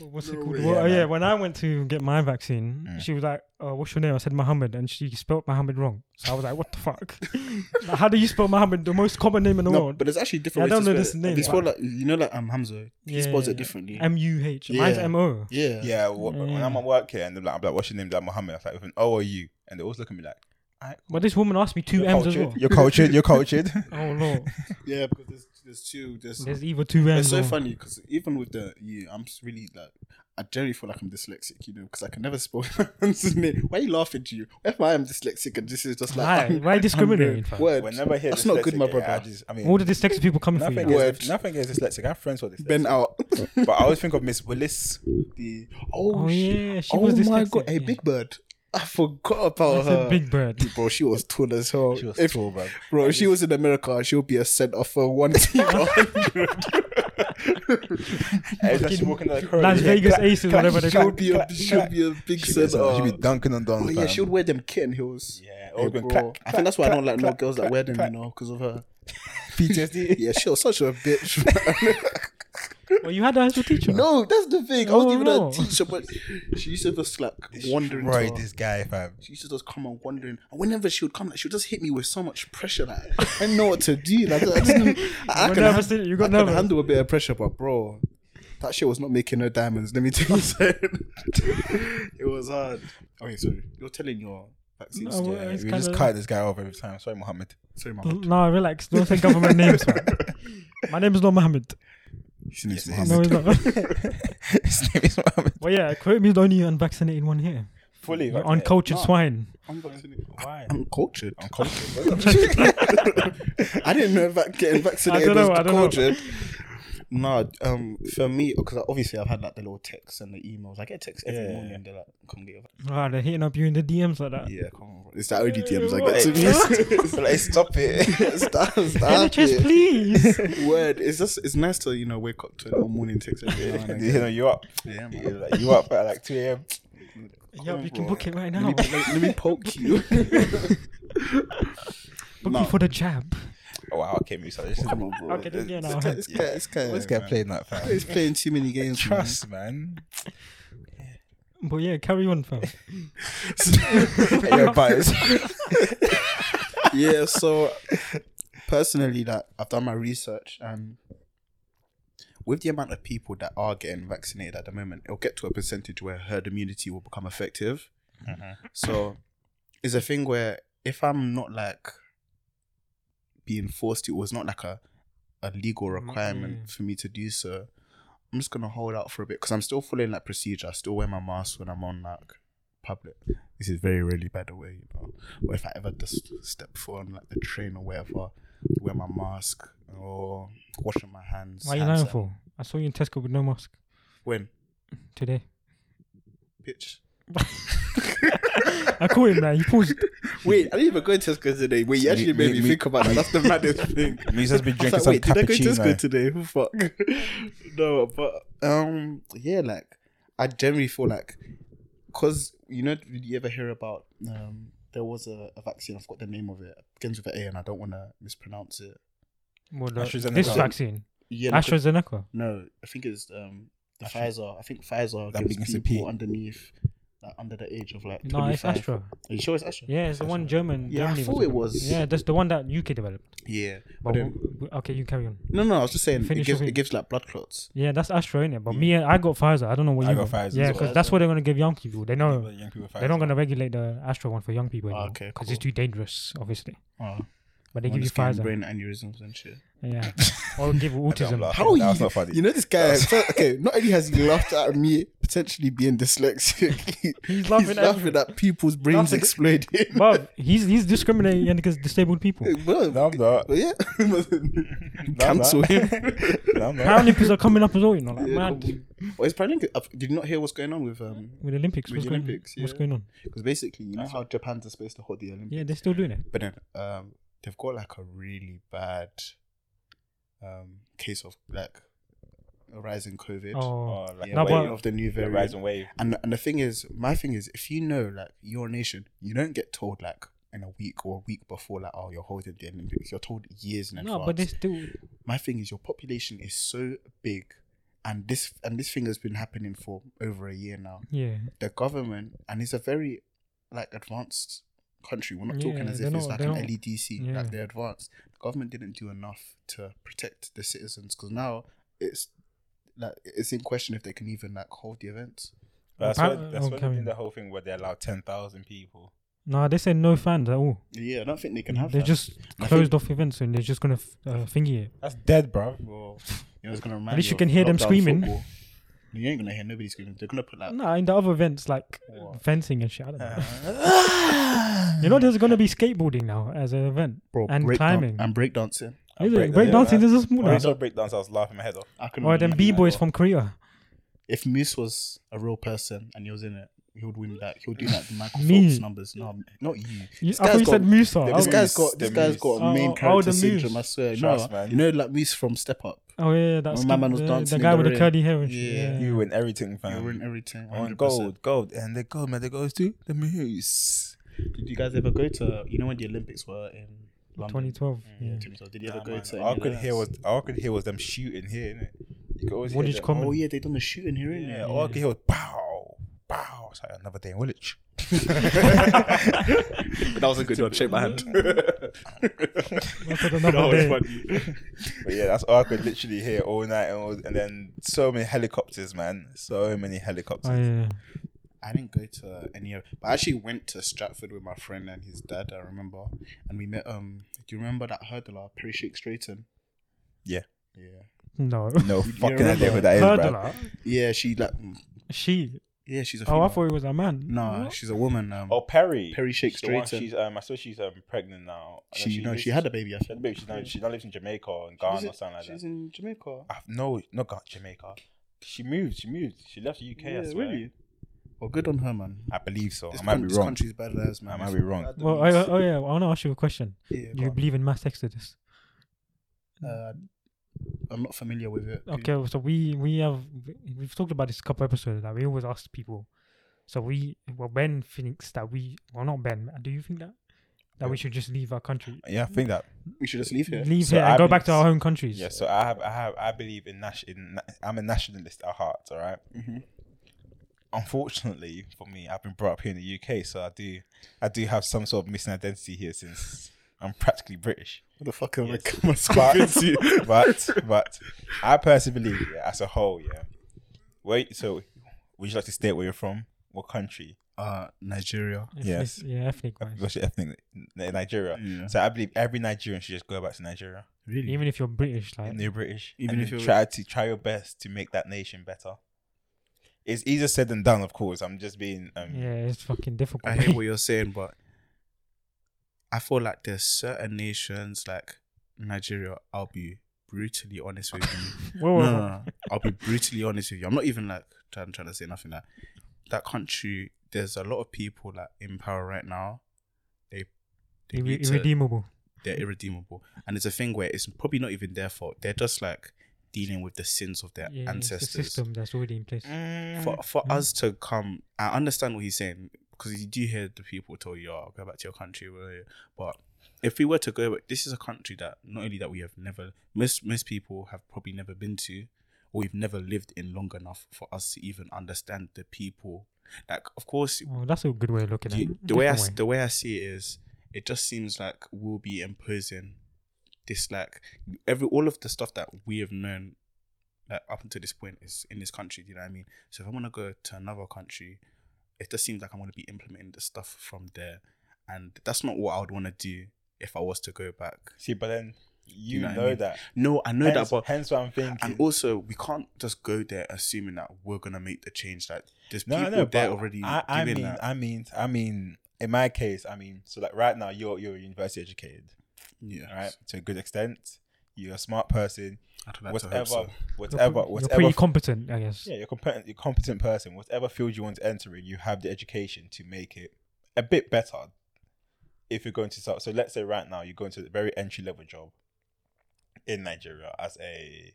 What's it
No
called?
way.
Well,
Yeah,
oh, yeah,
man.
when I went to get my vaccine,
Mm.
she was like, oh, "What's your name?" I said Muhammad, and she spelt Muhammad wrong. So I was like, "What
[laughs]
the fuck? Like, how do you spell Muhammad, the most common name in the
No,
world?"
but there's actually
Yeah, I
different.
don't
ways
know
to spell
this
it.
name.
They spell like you know, like um, Hamza.
Yeah.
He spells it differently.
M U H. Mine's
Yeah.
M O.
yeah.
Yeah, wha- when
Yeah.
Mm.
I'm at work here and they're like, I'm like, what's your name? They're like, Mohammed. I was like, with an O or U. And they always look at me like,
But this woman asked me two
you're
M's as
cultured,
well.
You're cultured,
[laughs]
you're cultured.
Oh lord,
Yeah, because there's there's two. There's
there's either two M's.
It's so
or-
funny because even with the you, I'm s- really like I generally feel like I'm dyslexic, you know, because I can never spell [laughs] my man's name. Why are you laughing to you? What if I am dyslexic and this is just like
[laughs] Why?
I'm-
Why
I'm
discriminate,
the
in fact?
Word.
Whenever I hear
That's not good,
dyslexic,
my
yeah,
brother.
I, just, I mean,
All the dyslexic people coming for you.
nothing
now.
Word.
is, nothing is dyslexic. I have friends who are dyslexic.
Ben out.
But I always think of Miss Willis.
the, oh
Oh
shit.
yeah, she
oh
was
my
dyslexic.
god! Hey,
yeah.
Big Bird. I forgot about
That's
her.
a
[laughs]
big bird.
Bro, she was tall as hell.
She was
If-
tall, bro.
Bro, if she was in America, she'll be a cent off for [laughs] one team.
[laughs] As she walking down the corridor,
Las
yeah,
Vegas
clack,
Aces,
clack,
whatever they
she'll
call.
be a she'll be a big
She was,
cent
uh,
off.
she be dunking on Don's.
Oh yeah,
fam.
she'll wear them kitten heels.
Yeah,
Hey,
all been
bro.
clack,
I think that's why I don't like no girls that wear them, you know, because of her.
[laughs] PTSD.
[laughs] Yeah, she was such a [laughs] bitch. man.
Well, you had her as your teacher.
no, that's the thing. I
No,
was even
no.
a teacher, but [laughs] she used to just like wandering. to
Right,
her.
this guy, fam.
She used to just come and wandering, and whenever she would come, like, she would just hit me with so much pressure. Like I didn't know what to do. Like I, [laughs] didn't, I, I
You got
can,
nervous, didn't you? You got
I can
nervous.
handle a bit of pressure, but bro, that shit was not making no diamonds. Let me tell you something. [laughs] it was hard. Okay, sorry. You're telling your vaccine
No,
story.
well,
Oh, Yeah,
it's
we just
kinda-
cut this guy off every time. Sorry, Mohammed.
Sorry, my bad.
No, relax. Don't say government names. Man. My name is not Mohammed.
She needs
Yes,
to-
No, it's not.
His name is Mohammed.
Well, yeah, Quote me is the only unvaccinated one here.
Fully
You
vaccinated.
uncultured swine.
I'm vaccinated.
Why?
I'm
[laughs]
cultured.
Uncultured.
[laughs] I didn't know about getting vaccinated
I don't know,
was
I don't know.
cultured. Nah, um, for me, because obviously I've had like the little texts and the emails. I get texts every
Yeah.
morning. They're like, "Come get your."
Ah, they're hitting up you in the DMs like that.
Yeah, come on. bro. It's that only DMs I
Like,
get to me. [laughs]
like, stop [laughs] it.
[laughs]
stop, stop
NHS,
it. [laughs]
please.
[laughs]
Word. It's just it's nice to you know wake up to a little morning text every now and
[laughs] you
again.
know, you up.
Yeah, man.
You're like, you up at like 2 a.m.
yeah,
on,
we can
bro.
book it right
Let me,
now.
let, me- let me
[laughs]
poke you.
Book
No.
me for the jab.
Oh, wow, okay, Musa. This is,
Come on, bro.
Okay, then, yeah, now.
This guy- this guy- this guy-
this guy playing that fan.
He's playing too many games.
Trust, man. [laughs]
But yeah, carry on,
[laughs]
fam.
Hey, yo, [laughs] Byers.
man. Yeah.
[laughs]
So personally, like I've done my research, and with the amount of people that are getting vaccinated at the moment, it'll get to a percentage where herd immunity will become effective. So it's a thing where if I'm not like being forced to, or it's not like a, a legal
Mm-hmm.
requirement for me to do so, I'm just gonna hold out for a bit because I'm still following that procedure. I still wear my mask when I'm on like public. This is very rarely, by the way, you know. But if I ever just step foot on like the train or wherever, wear my mask or washing my hands.
Why are you
hand
lying
san-
for? I saw you in Tesco with no mask
When?
today.
Bitch.
I caught him now. You paused.
Wait, I didn't even go to Tesco today. Wait, you
Me-
actually made
me-
me,
me-
think about that. That's the maddest thing.
Musa's been
I
drinking
was
some
like, wait, did I go
cappuccino.
to Tesco today? [laughs] Who Fuck. no, but um, yeah, like I generally feel like because you know, did you ever hear about um? There was a, a vaccine. I forgot the name of it. It begins with an A, and I don't want to mispronounce it.
Well, look,
AstraZeneca.
this vaccine,
Yeah, like-
AstraZeneca.
no, I think it's um the
Astra.
Pfizer. I think Pfizer
That
gives
begins with
people
P.
underneath like under the age of like
No, it's
25.
Astra.
Are you sure it's Astra?
Yeah, it's the one German.
Yeah, I
Germany
thought it
developed.
was-
Yeah, that's the one that UK developed.
Yeah,
But
but then,
w- okay, you carry on.
no, no, I was just saying it
Finish
gives
your
it
thing.
gives like blood clots.
Yeah, that's Astra, innit? But me, I got Pfizer. I don't know what
I
you
got Pfizer
Yeah,
as well.
because that's what they're gonna give young people. Oh. They know
Young people
they're not gonna regulate the Astra one for young people anymore
Ah, okay,
because it's too dangerous, obviously.
Oh,
But they
one
give you
that's getting brain
Pfizer.
aneurysms and shit. [laughs]
Yeah, or give autism.
How are
That
you?
was not funny.
You know this [laughs] guy. okay, not only has he laughed at me potentially being dyslexic, [laughs] he-
He's
he's
laughing
laughing,
at everything.
at people's brains
Laughing. [laughs]
exploding. [laughs]
But he's he's discriminating against disabled people.
well,
No, I'm not.
but [laughs] yeah, cancel [laughs]
that.
him.
No, I'm
How
not.
Olympics are coming up as well, you know,
[laughs]
like
Yeah,
mad
come on. Well, it's probably, uh, did you not hear what's going on with um?
with Olympics.
With
What's
the
going,
Olympics,
what's
yeah.
going on?
Because basically, you know
That's
how Japan's are supposed to hold the Olympics,
Yeah, they're still doing it.
but then um, they've got like a really bad um case of like a rising COVID.
Oh,
Oh, like,
Yeah,
No,
no,
but-
wave of the new
the
variant.
rising wave.
And and the thing is, my thing is, if you know like your nation, you don't get told like in a week or a week before like oh you're holding the Olympics. You're told years in advance.
no, but they still.
my thing is your population is so big, and this and this thing has been happening for over a year now.
Yeah,
The government and it's a very like advanced country. We're not talking
Yeah,
as
they're
if it's
not-
like
they're
an
not-
LEDC.
yeah.
Like they're advanced. The government didn't do enough to protect the citizens because now it's like it's in question if they can even like hold the events.
But that's
Apparent-
what, that's
oh,
what they
carry
did
on.
the whole thing where they allowed 10,000 people.
no, they said no fans at all.
Yeah, I don't think they can have
They
that.
Mm, just
I
closed off events and they're just gonna f- uh, thingy it.
That's dead, [laughs] bro.
Well, you know, it's gonna remind
least you
of
can hear them
lockdown
screaming.
football. You ain't gonna hear nobody screaming. They're gonna put like
No, in the other events like
What?
fencing and shit. I don't
Uh.
know. You know, there's gonna be skateboarding now as an event
bro,
and
break dan-
climbing.
and breakdancing.
Is it?
breakdancing,
Breakdancing
yeah.
is a small
When I
one.
saw breakdance, I was laughing my head off.
I can
Or them b boys from Korea.
If Moose was a real person and he was in it, he would win that. He'll do like the Michael
Me.
Phelps numbers. No, not you.
You,
This
I thought
guy's
you said
got-
Musa. I
This
was-
Moose,
guy's got
the
this guy's
Moose.
got a
Oh,
main
oh,
character
the
syndrome. I
Moose.
swear.
Trust,
no,
man.
you know like Moose from Step Up.
Oh yeah, that's
When my man was
the, the
dancing in
guy
the
with the
rain.
curly hair and shit.
Yeah.
Yeah.
You win everything,
You
fam.
win everything.
I won
100%.
gold, gold, and the gold medal goes to the moose.
Did you guys ever go to? You know when the Olympics were in London?
2012.
[laughs]
Yeah.
2012. Did you ever
Nah,
go
man,
to?
all I
any of
could
those?
hear was all I could hear was them shooting here, innit? You could always
What
hear
did you
them-
call
Oh yeah, they done the shooting here,
Yeah,
innit?
all I could hear was bow, bow. It's like another day in [laughs] Woolwich.
That was a good one. Shake my
[laughs]
hand.
That's what another day.
But yeah, that's all I could literally hear all night, and, all, and then so many helicopters, man. So many helicopters.
Oh yeah.
I didn't go to any of, but I actually went to Stratford with my friend and his dad. I remember, and we met. Um, do you remember that hurdler, Perry Shake Straighton?
Yeah.
Yeah. [laughs]
No.
No fucking
remember?
idea who that is, bro.
Hurdler.
Yeah, she like. mm,
She.
Yeah, she's a female.
Oh, I thought it was a man.
no,
What?
she's a woman. Um,
Oh, Perry.
Perry Shake
She's the one-
Straighten.
She's um, I saw she's um pregnant now. And
she, you know,
lives-
she had a baby. I
She had
think.
a baby. She's now she now lives in Jamaica or in
Is
Ghana
it-
or something like
she's
that.
in Jamaica.
I've, no, not Ga- Jamaica. She moved. She moved. She left the UK. I
Yeah,
swear.
really? Well, good on her, man.
I believe so.
This,
I might
coun-
be
this
wrong.
country's badass,
I
man.
might be wrong.
Well, I, oh yeah, I want to ask you a question.
Yeah,
Do you believe in mass exodus?
but, uh, I'm not familiar with it.
Okay, so we we have we've talked about this a couple episodes. Like we always ask people. So we well Ben thinks that we well not Ben. Do you think that that we should just leave our country,
Yeah, I think that.
We should just leave here.
leave
So
here, and
I
go back
believe-
to our home countries?
Yeah, so I have, I have, I believe in nation. In, na- I'm a nationalist at heart. All right?
Mhm.
Unfortunately for me, I've been brought up here in the UK, so I do, I do have some sort of missing identity here since I'm practically
[laughs]
British.
What the fuck am
Yes.
I come
But, but, but, I personally believe, yeah, as a whole, yeah. Wait, so would you like to state where you're from? What country?
Uh, Nigeria.
Ethnic-
Yes.
Yeah, ethnic wise.
What's your ethnic? Nigeria.
Yeah.
So I believe every Nigerian should just go back to Nigeria.
Really?
Even if you're British, like
and you're British,
Even
and
if
then
you're-
try to try your best to make that nation better. It's easier said than done, of course. I'm just being. Um,
yeah, it's fucking difficult.
I hear what you're saying, but I feel like there's certain nations like Nigeria. I'll be brutally honest with
[laughs]
you.
[laughs] Whoa,
no,
whoa,
no,
whoa.
no. I'll be brutally honest with you. I'm not even like trying, trying to say nothing. That that country, there's a lot of people that in power right now. They they
Irre-
need to-
irredeemable.
they're irredeemable, and it's a thing where it's probably not even their fault. They're just like dealing with the sins of their
Yeah, It's the
ancestors
system that's already in place.
mm,
for for us to come, I understand what he's saying because you do hear the people tell you, "Oh, go back to your country." blah, blah, blah. But if we were to go, back- this is a country that not only that we have never most most people have probably never been to, or we've never lived in long enough for us to even understand the people. Like, of course,
Oh, that's a good way of looking
do
at
you-
it.
the way I
Different
s- the way I see it is, it just seems like we'll be imposing this like every all of the stuff that we have known like up until this point is in this country. Do you know what I mean? So if I want to go to another country, it just seems like I'm going to be implementing the stuff from there, and that's not what I would want to do if I was to go back.
see, but then you,
know
know,
what I mean?
that.
No, I know
hence,
that, but.
hence what I'm thinking.
and also, we can't just go there assuming that we're gonna make the change. That there's
no,
people
no,
there
but
already
I, I
doing
mean,
that.
I mean, I mean, in my case, I mean, so like right now, you're you're university educated,
yeah,
all right, to a good extent. You're a smart person.
I'd like to
whatever,
hope so.
You're pre-
whatever,
You're
whatever.
pretty competent, I guess.
Yeah, you're competent. You're a competent person. Whatever field you want to enter in, you have the education to make it a bit better. If you're going to start, so let's say right now you're going to a very entry level job in Nigeria as a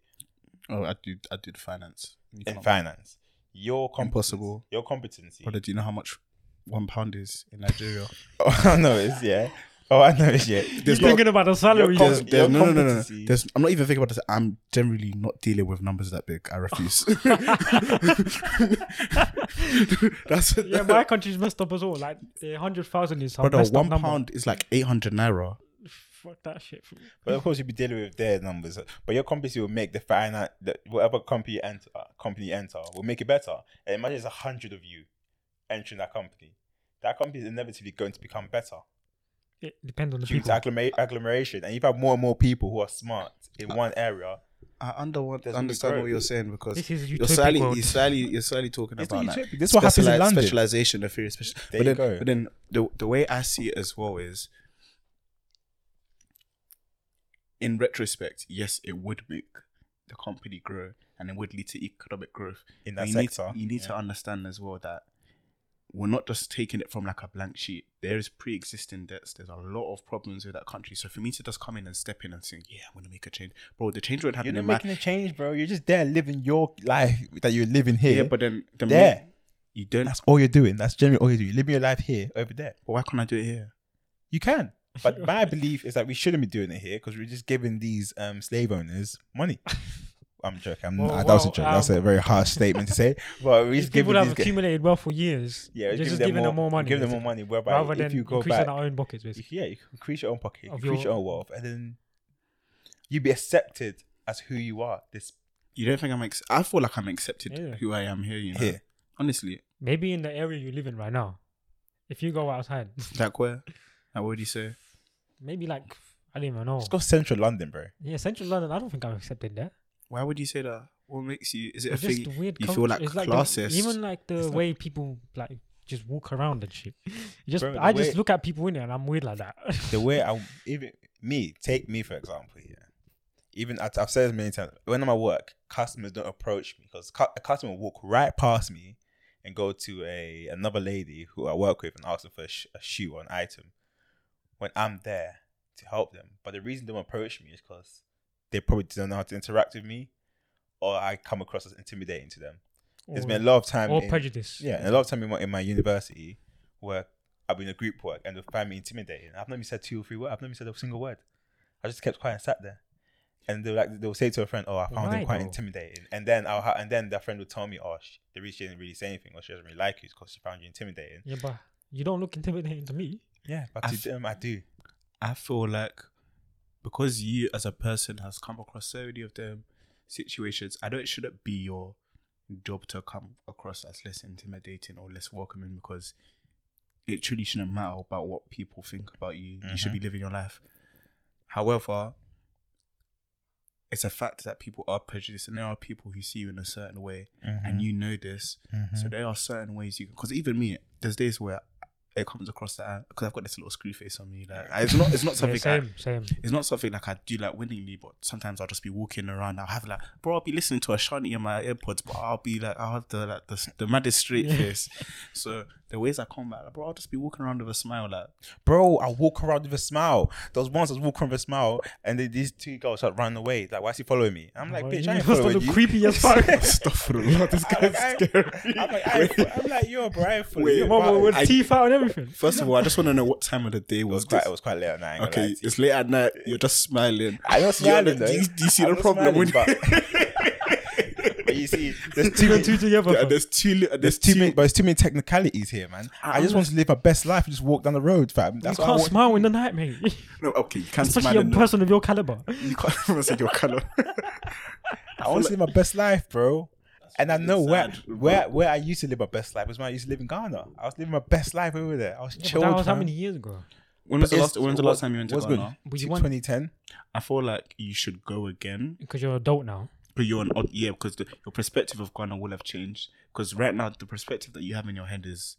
Oh, I did. I did finance. You
in
can't-
finance. Your competence,
Impossible.
Your competency.
Brother, do you know how much one pound is in Nigeria?
[laughs] oh, I know it's yeah. Oh, I know it's yeah.
You're
There's no-
thinking about the salary.
There's-
[laughs] yeah.
Your
There's, no, no, no, no.
competency.
There's, I'm not even thinking about this. I'm generally not dealing with numbers that big. I refuse.
[laughs]
[laughs] That's
Yeah, my country's messed up as well. Like, the 100,000 is
[laughs]
how
brother.
messed
One
up number.
pound is like 800 naira.
Fuck that shit. for me.
But of course, you'll be dealing with their numbers. But your competency will make the finance, the, whatever company you enter, company you enter, will make it better. And imagine there's a hundred of you entering that company. That company is inevitably going to become better
It depends on the
due
people.
to agglomera- agglomeration. And you've had more and more people who are smart in
Uh,
one area.
I under,
There's
understand
no
what
growth.
you're saying because
This is a
you're
utopic
slightly,
world.
you're slightly, you're slightly talking
It's not
about like
utopic. This is what happens in
speciali-
London.
specialization of theory. Special-
There
but
you
then,
go.
but then the the way I see it as well is, in retrospect, yes, it would make the company grow and it would lead to economic growth
In
But
that
you
sector,
Need to, you need to
yeah.
understand as well that we're not just taking it from like a blank sheet. There is pre-existing debts. There's a lot of problems with that country. So for me to just come in and step in and say, "Yeah, I'm gonna make a change," bro, the change won't
You're
happen
not
in my
making a change, bro. You're just there living your life that you're living
yeah,
here.
but then the
There.
minute you don't.
that's all you're doing. That's generally all you do. You're living your life here over there.
But why can't I do it here?
You
[laughs]
can. But my belief is that we shouldn't be doing it here because we're just giving these um, slave owners
[laughs]
money. I'm joking. I'm,
Well,
that was a
well, um,
joke. That's a very harsh statement to
[laughs]
say. But we're
These
just
people
giving
that
these.
have
ga-
accumulated wealth for years.
yeah,
you're
we're
just giving them more money.
Give them more money. Whereby
Rather
if
than
you go
increasing
back,
our own pockets, basically.
if- yeah, you can increase your own pocket,
Of
increase
your-
your, own wealth, and then you'd be accepted as who you are. This
You don't think I'm? Ex- I feel like I'm accepted
Yeah.
who I am here. You know,
Here.
honestly,
Maybe in the area you live in right now, if you go outside,
like where? Like what do you say?
[laughs] maybe like, I don't even know.
let's go central London, bro.
Yeah, central London, I don't think I'm accepted there.
Why would you say that? What makes you? Is it a
It's just
thing?
the weird
you
culture.
feel like
it's
classist.
The, even like the
It's not-
way people like just walk around and
[laughs]
shit. You Just
Bro, the
I just
way-
look at people in it and I'm weird like that. [laughs]
the way I even me take me for example here. Even I, I've said this many times. When I'm at work, customers don't approach me because cu- a customer will walk right past me and go to a another lady who I work with and ask them for a, sh- a shoe or an item when I'm there to help them. But the reason they don't approach me is because they probably don't know how to interact with me, or I come across as intimidating to them. There's
Or-
been a lot of time
or
in-
prejudice.
yeah, and a lot of time in my, in my university where I've been a group work and they find me intimidating. I've not even said two or three words. I've not even said a single word. I just kept quiet and sat there. And they were like they'll say to a friend, "Oh, I found
Why
him quite
though?
intimidating." And then I'll ha- and then their friend would tell me, "Oh, she, the reason she didn't really say anything, or she doesn't really like you, because she found you intimidating."
Yeah, but you don't look intimidating to me.
Yeah, but
I
to
f-
them, I do.
I feel like because you as a person has come across so many of them situations, I know it shouldn't be your job to come across as less intimidating or less welcoming because it truly shouldn't matter about what people think about you. You should be living your life. However, it's a fact that people are prejudiced and there are people who see you in a certain way and you know this. So there are certain ways you can, because even me, there's days where it comes across that because I've got this little screw face on me. Like it's not, it's [laughs] not something.
Yeah,
I,
same, same.
it's not something like I do like willingly, but sometimes I'll just be walking around. I'll have like, bro, I'll be listening to a shanty in my AirPods, but I'll be like, I'll have the like the, the maddest straight face. So the ways I come back, like, bro, I'll just be walking around with a smile, [laughs] like,
Bro, I walk around with a smile. Those ones that walk around with a smile, and then these two girls start running away. Like, why is he following me? I'm like,
Well,
bitch,
[laughs]
you
I ain't
must
following
look
you.
creepy as fuck.
stuff for this
I'm
guy's
like,
scary.
I'm
[laughs]
like, I ain't fo- I'm like, yo, bro, I ain't following
Wait,
you.
Your mama
But-
with
I-
teeth out and
[laughs]
everything.
First of all, I just want to know what time of the day
It
was.
was quite.
this.
It was quite late at night.
okay, it's late at night. You're just smiling.
I was smiling.
Do
though.
you, do you see
I'm
the
not
problem? When,
smiling,
[laughs]
[laughs] but, but you see, there's
Two
too
and two
many,
together.
Yeah,
fam.
there's two. li- There's,
there's too many, but there's too many technicalities here, man. I, just want to live my best life and just walk down the road, fam.
you
That's why I
can't
want.
smile in the night, mate. [laughs]
No, okay, you can't
Especially
smile.
a
in the-
person of your caliber.
You can't [laughs] even your color.
I want to live my best life, bro. And I know where,
sad, bro.
where where I used to live my best life was when I used to live in Ghana. I was living my best life over there. I was
Yeah, but
chilled.
that was how
fam.
many years ago?
When was the
It's-
last? When was the
what-
last time you went to
what's
Ghana?
But
Good?
you
T-
want-
2010.
I feel like you should go again,
Because you're an adult now.
but you're an odd yeah because the, your perspective of Ghana will have changed. Because right now the perspective that you have in your head is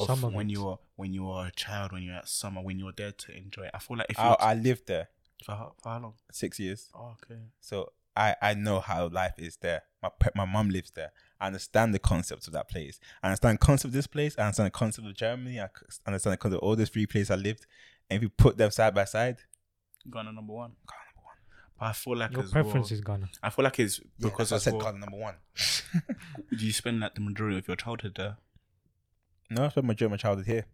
of
Some of
when
it.
you're when you are a child, when you're at summer, when you're there to enjoy. it. I feel like if you
I, I lived there
for, how, for how long?
six years,
Oh, okay.
so I I know how life is there. My pe- my mom lives there. I understand the concept of that place. I understand the concept of this place. I understand the concept of Germany. I c- understand the concept of all those three places I lived. And if you put them side by side,
Ghana number one. Ghana number one. But I feel like
Your
as
preference
well,
is Ghana.
I feel like it's because
because I
as
said
well,
Ghana number one.
you spend like the majority of your childhood there.
No, I spent my during my childhood here.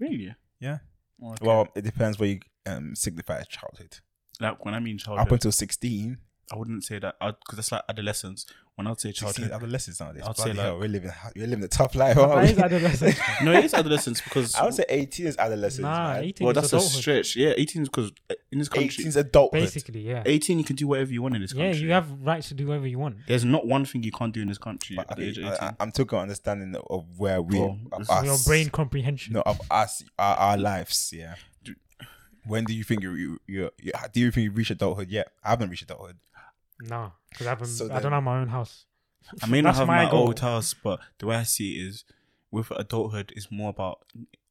Really? Oh,
Yeah.
Okay.
Well, it depends what you um, signify as childhood.
like when I mean childhood,
Up until 16,
I wouldn't say that because that's like adolescence. When I'd say
16
childhood,
adolescence nowadays.
I'd
I'd
say
say
like-
we're living we're living a tough life,
Oh,
aren't
That is
[laughs]
we?
adolescence.
no, it is adolescence because
[laughs] I would say 18 is adolescence.
nah,
man.
18
well,
is
that's a
adulthood.
stretch. Yeah, eighteen is because in this
18
country,
is adulthood.
Basically, yeah.
eighteen you can do whatever you want in this
Yeah,
country.
you have rights to do whatever you want.
There's not one thing you can't do in this country
But
at the
okay,
age of
I,
eighteen.
I- I'm talking about understanding of where we
Bro,
of
this-
us,
Your brain comprehension.
no, of us, our, our lives. Yeah. When do you think you, you, you, you do you think you reach adulthood yet? I haven't reached adulthood.
Nah, because I haven't.
So
I
then-
don't have my own house.
I may not
That's
have
my
my,
goal.
old house, but the way I see it is, with adulthood, is more about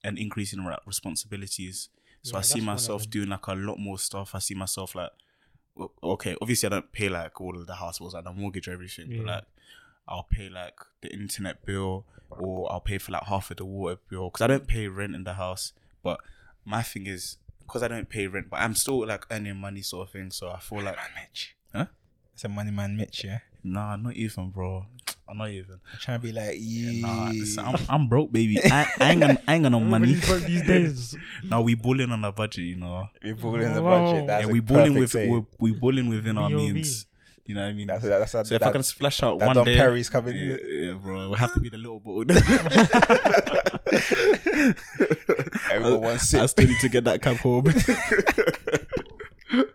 an increase in re- responsibilities. So
Yeah,
I see
that's one of
myself
them.
doing like a lot more stuff. I see myself like, o- okay, obviously I don't pay like all of the house bills, like the mortgage or everything, but
Yeah.
like I'll pay like the internet bill or I'll pay for like half of the water bill because I don't pay rent in the house. But my thing is because I don't pay rent, but I'm still like earning money sort of thing. So I feel like,
Man, Mitch.
Huh?
It's a money man, Mitch. Yeah.
nah, not even, bro. I'm not even.
trying to be like,
Nah,
"Yee."
listen, I'm, I'm broke,
[laughs]
baby. I, I ain't gonna, I ain't gonna no money.
Everybody's broke
[laughs]
these days.
now we balling on a budget, you know.
We're balling in the
Whoa.
budget. That's
yeah,
a
we balling
perfect
with,
saying.
we're, we balling within our
BOV.
means. You know what I mean?
That's, that's, that's
so if I can splash out
that
one
Don
day,
Perry's coming
yeah,
in.
yeah, bro, it would have to be the little
[laughs]
bottle.
Everyone
[laughs]
wants
I
it.
still need to get that cab
[laughs]
home. [laughs]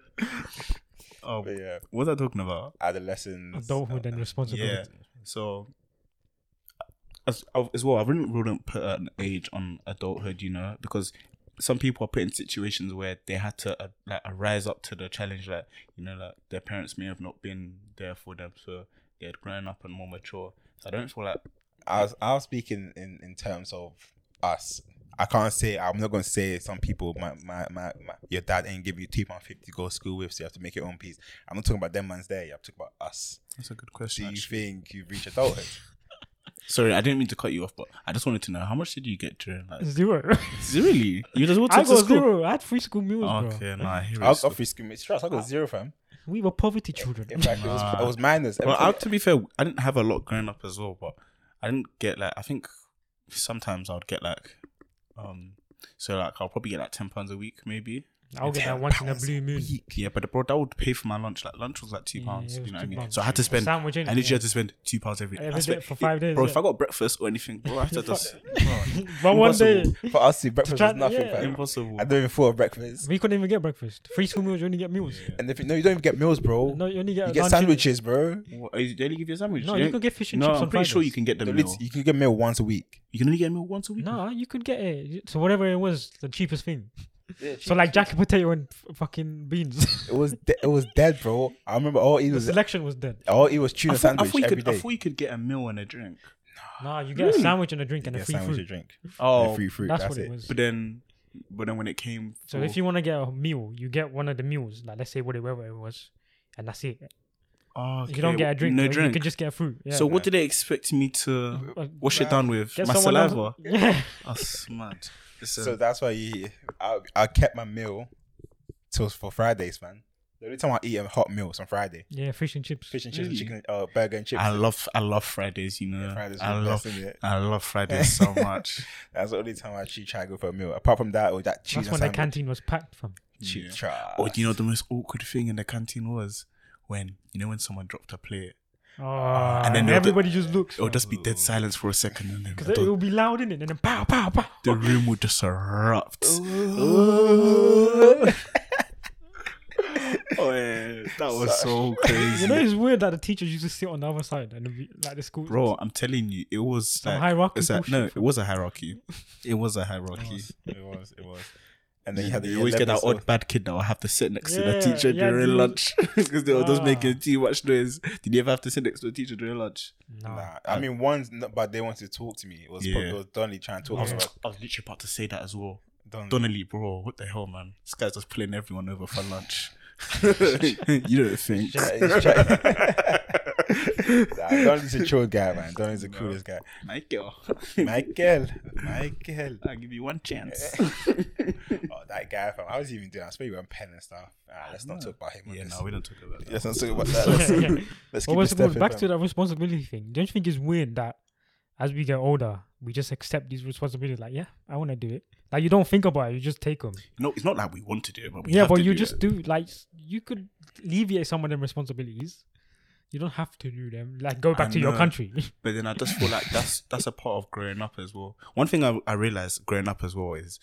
oh,
But yeah,
what was I talking about?
adolescence.
Adulthood and responsibility.
Yeah. So, as, as well, I wouldn't wouldn't put an age on adulthood, you know, because some people are put in situations where they had to uh, like rise up to the challenge. Like you know, like their parents may have not been there for them, so they had grown up and more mature. So I don't feel like
I was I was speaking in, in terms of us. I can't say I'm not gonna say some people my my, my, my your dad ain't give you two pound fifty to go to school with, so you have to make your own piece. I'm not talking about them man's there, I'm talking about us.
that's a good
Do
question.
you think you've
[laughs]
reached adulthood?
Sorry, I didn't mean to cut you off, but I just wanted to know how much did you get during
[laughs]
like
Zero.
really? You just went
[laughs] I
to
got
school?
zero. I had free school meals, bro.
Okay, nah, here
I was
is.
off free school mates. Trust, I
Ah.
got zero fam.
We were poverty children.
In fact, it was
Nah.
it was minus. Every
Ah. Well, I,
time-
to be fair, I didn't have a lot growing up as well, but I didn't get like I think sometimes I'd get like um so like I'll probably get like ten pounds a week maybe.
[laughs] I'll get that once in a blue moon.
Yeah, but bro, that would pay for my lunch. Like lunch was like two
Yeah,
pounds,
it was
you know what
two
I mean?
pounds.
So I had to
A
spend. I
sandwich, innit?
literally
Yeah.
had to spend two pounds every,
Every
I
day
spent-
for five days,
Bro, if
yeah.
I got breakfast or anything, bro, I had
[laughs]
to just
But one day,
for us, see, breakfast
try-
was nothing.
yeah.
fam.
impossible.
I don't even thought of breakfast.
we couldn't even get breakfast. Free school meals, you only get meals.
And if you, no, you don't even get meals, bro.
No, you only get,
you get
lunch and-
sandwiches, bro.
What, they only give oh, you a sandwich.
No,
don't-
you could get fish and
no,
chips
I'm
on
pretty sure
Fridays.
you can get the
No,
meal.
You can get meal once a week.
You can only get a meal once a week.
No, you could get it. So whatever it was, the cheapest thing. [laughs] so
cheap,
like jacket potato and f- fucking
[laughs]
beans.
It was de- it was dead, bro. I remember all it
the
was
selection was dead.
all it Oh, was
I
tuna
thought, I,
sandwich
thought you
every
could, I
day.
thought you could get a meal and a drink.
Nah, you get a sandwich and a drink and a
Yeah,
free
sandwich
fruit.
and drink.
Oh,
Yeah, free fruit.
That's,
That's,
what it,
it.
was.
but then, but then when it came,
So
for-
if you want to get a meal, you get one of the meals. Like let's say whatever it was, and that's it.
Oh,
If you don't
okay,
get a drink,
no
you- you
drink.
can just get a fruit. Yeah.
so what did they expect me to
Uh,
wash it down with?
get
My
someone else-
saliva.
[laughs] Yeah.
That's mad. Listen,
So that's why you, I, I kept my meal till for Fridays, man. The only time I eat a hot meal is on Friday.
yeah, fish and chips.
Fish and chips,
Really?
chicken, uh, burger and chips.
I love I love Fridays. You know,
Yeah, Fridays
I
are the
love
best, isn't it?
I love Fridays
[laughs]
so much.
That's the only time I actually try to go for a meal. Apart from that, or that cheese
That's
and
when the
sandwich.
canteen was packed from.
Yeah.
Cheese try.
Or Oh, do you know the most awkward thing in the canteen was when you know when someone dropped a plate,
Oh,
Ah, and
and
then Oh,
then
they'll do-
everybody just looks.
it would just be
Oh.
dead silence for a second, and
[laughs]
then
Because it
the,
will be loud in it, and then pow, pow, pow.
the room would just
[laughs]
erupt. Oh, yeah, that was so
[laughs] You
[laughs] crazy,
know, it's weird that the teachers used to sit on the other side and it'd be, like the school.
bro. I'm telling you, it was
Some
like,
hierarchical
it's like- no,
shit.
it was a hierarchy. It was a hierarchy.
It was. It was. And then you
Yeah,
had the
you always get that
odd.
odd bad kid that will have to sit next to
Yeah,
the teacher
yeah,
during
dude.
lunch [laughs] because they were just
Ah.
making too much noise. Did you ever have to sit next to the teacher during lunch?
No.
[laughs]
Nah, I mean, one's not, but they wanted to talk to me. It was,
Oh. Yeah.
yeah. it was Donny trying to talk to me.
I was literally about to say that as well.
Donny.
Donnelly, bro, what the hell, man? This guy's just pulling everyone over for lunch. [laughs] you don't think?
He's trying- nah,
[laughs]
Donny's a chill guy, man. Donny's the coolest guy.
Michael,
Michael, Michael.
[laughs] I'll give you one chance.
Oh, that guy from I was even doing. I was maybe on pen and stuff. Ah, let's not talk about him. on
yeah,
this. [laughs]
no, we don't talk about that.
Let's not talk
[laughs]
about that. Let's,
Yeah, yeah.
let's
But
keep
we're
it
supposed-
stepping.
back to
fam.
the responsibility thing. Don't you think it's weird that as we get older, we just accept these responsibilities? Like, yeah, I want to do it. Like, you don't think about it, you just take them.
No, it's not like we want to do it, but we
yeah,
have
but
to
you
do
just
it.
do, like, you could alleviate some of them responsibilities. You don't have to do them. Like, go back to your
know.
country. [laughs]
But then I just feel like that's that's a part of growing up as well. One thing I I realized growing up as well is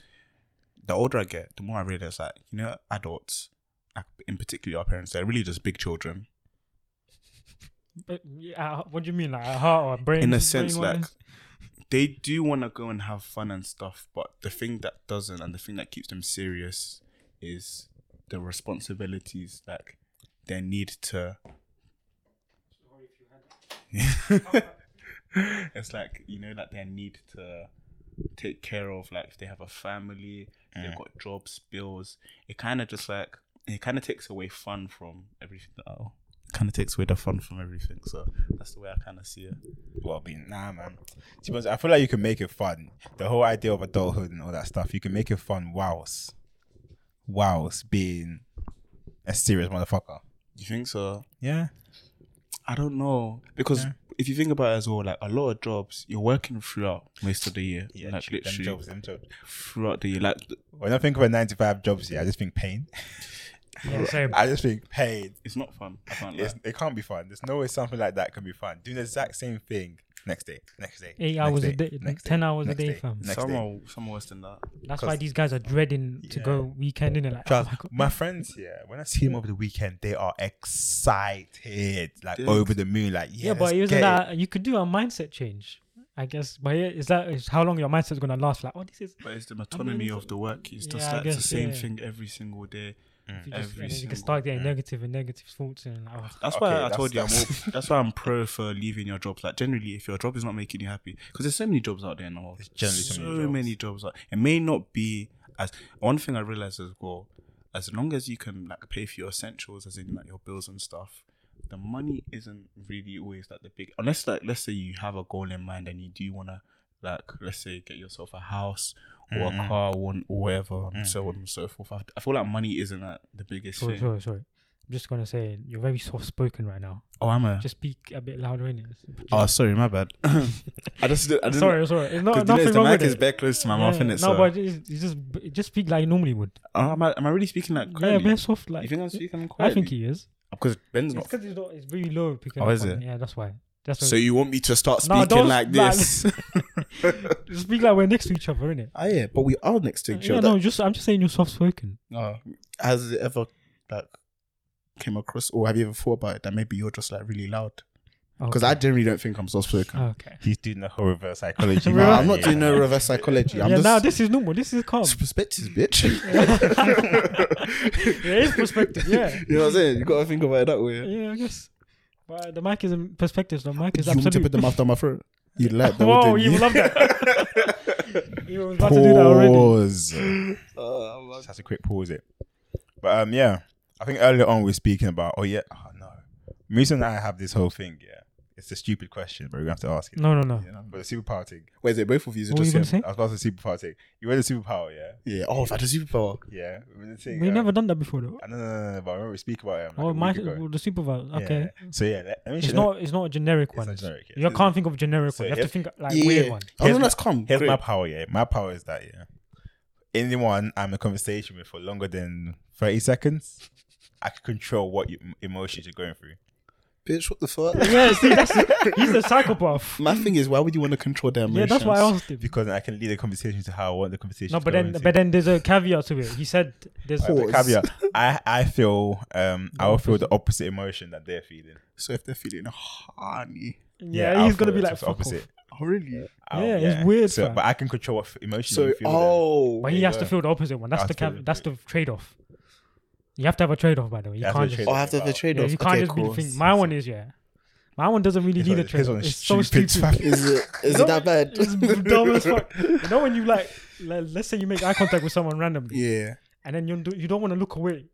the older I get, the more I realize that you know adults, like, in particular our parents, they're really just big children.
but, yeah, what do you mean? Like, a heart or a brain?
in
brain
a sense, like
wellness?
they do want to go and have fun and stuff, but the thing that doesn't and the thing that keeps them serious is the responsibilities, like their need to. [laughs] it's like you know, like their need to take care of, like if they have a family, if they've got jobs, bills. It kind of just like it kind of takes away fun from everything. Oh, kind of takes away the fun from everything. So that's the way I kind of see it.
well, being nah, man. To be honest, I feel like you can make it fun. The whole idea of adulthood and all that stuff, you can make it fun whilst, whilst being a serious motherfucker.
You think so?
Yeah.
I don't know because if you think about it as well, like a lot of jobs, you're working throughout most of the year,
Yeah,
like
them
literally
jobs, them jobs.
throughout the year. Like th-
When I think of a nine to five jobs, yeah, I just think pain.
Yeah, same.
I just think pain.
it's not fun. I can't lie.
It's, it can't be fun. There's no way something like that can be fun. Doing the exact same thing next day, next day,
Eight
next
hours a day,
next
10 hours a
next
day, fam.
next
some
day.
are some are worse than that.
That's
'cause-
why these guys are dreading to
Yeah.
go weekend in it. Like, oh
Trust-
my God.
my friends here, when I see them over the weekend, they are excited, like
Dude.
over the moon, like yeah.
Yeah, but
let's
isn't
get it.
that you could do a mindset change, I guess. But yeah, is that is how long your mindset's gonna last? Like, oh, this is
But it's the autonomy
it's-
of the work. It's just
Yeah, I
like it's
guess,
the same
yeah.
thing every single day.
Mm.
If you just,
Every
and then you
single
can start getting
day.
negative and negative thoughts and like, oh,
That's
Okay,
why I
that's-
told you I'm
that's- [laughs]
all, that's why I'm pro for leaving your jobs. Like generally, if your job is not making you happy, because there's so many jobs out there in the world.
There's generally so
so
many jobs.
many jobs. out- It may not be as one thing I realized as well. As long as you can like pay for your essentials, as in like your bills and stuff, the money isn't really always like the big. Unless like let's say you have a goal in mind and you do wanna like let's say get yourself a house or
Mhm.
a car, one or whatever,
Mm.
and so on and so forth. I, I feel like money isn't like the biggest
sorry,
thing.
sorry, sorry. I'm just gonna say you're very soft spoken right now.
Oh, am I?
Just speak a bit louder in it.
Oh, sorry, my bad. I just, I didn't.
sorry, sorry. It's not,
Because the
nothing wrong
mic
with
is
it.
back close to my mouth,
Yeah,
innit?
No,
so,
but it's, it's just just speak like you normally would.
Oh, am, I, am I really speaking like
Yeah,
quietly?
very soft. Like
you think I'm speaking
I
quietly?
think he is.
because Ben's
It's
not.
because it's not. It's really low. Picking
Oh,
up
is
on
it?
Yeah, that's why. That's why.
So you want me to start
No,
speaking
don't-
like
like-
this? [laughs]
speak like we're next to each other, innit?
Ah, yeah, but we are next to each
Yeah,
other.
no, just I'm just saying you're soft spoken.
Oh. Has it ever like came across, or have you ever thought about it that maybe you're just like really loud? Because I generally don't think I'm soft
[laughs]
spoken.
Ah, Okay.
He's doing the whole
[laughs]
reverse psychology.
Nah,
now,
I'm not
yeah.
doing no reverse psychology. I'm
yeah,
just
now this is normal. This is
[laughs]
calm.
It's perspectives,
[laughs]
bitch.
it is perspective.
[laughs]
Yeah.
You know what I'm saying? You gotta think about it that way.
Yeah, I guess. But the mic is in perspective. The mic is
you want me
absolute.
to
[laughs]
put the mouth down my throat? You like that?
Whoa,
wouldn't
you
you
love that.
[laughs]
you was about to do that already. [laughs] Oh,
Pause.
Just has a quick pause it. But um, yeah, I think earlier on we are speaking about. Oh yeah, oh no. Musa and I have this whole thing. Yeah, it's a stupid question, but we're gonna have to ask it.
No, no, no.
You know, but the superpower thing.
Wait, is it both of you? Is it
What were you
just
gonna
him?
say?
I was about to say superpower thing. You were the superpower, yeah,
Yeah. Oh, if I had a superpower.
yeah. We were the thing,
We've
um,
never done that before, though.
I don't know, no, no, no, but I remember we speak about him. Like
oh,
a
my
week ago.
the supervisor.
Yeah.
Okay.
So yeah, let, let me.
It's
show-
not. It's not a generic
it's
one.
not generic, yeah.
You can't think of a generic
So
one. You have to
if-
think like
yeah.
weird one.
Oh,
Here's
no,
my-
that's calm.
Here's
Great.
my power, yeah. My power is that, yeah. Anyone I'm in a conversation with for longer than 30 seconds, I can control what you, emotions you're going through.
Bitch, what the fuck?
yeah. See, that's he's a
[laughs]
psychopath.
my thing is, why would you want to control their
Yeah,
emotions?
that's why I asked him.
Because I can lead the conversation to how I want the conversation
No,
to
but
go
then,
into.
but then there's a caveat to it. He said there's.
Pause.
[laughs]
The caveat, I, I feel um I will feel the opposite emotion that they're feeling.
So if they're feeling horny.
Yeah,
I'll
he's gonna
feel
be
it,
like
it's
fuck
opposite.
Off.
Oh, really?
I'll-
Yeah, it's weird,
So,
fam.
but I can control what emotions
So,
you feel. then.
oh.
But he
There you
has to
go.
feel the opposite one. That's
That's
the
the-
cav- that's the trade off. You have to have a trade off, by the way. You
That's
can't
the
just
Oh, I have to have the trade
yeah,
off.
you can't
okay,
just
cool.
be the thing. My one is yeah. My one doesn't really
His
need
one-
a
his
trade
one
off.
is
It's so
stupid,
stupid.
[laughs] fam.
Is it, is
You
it
know,
that bad?
[laughs] It's dumb as fuck. You know when you like, like, let's say you make eye contact with someone randomly,
Yeah.
and then you do, you don't want to look away,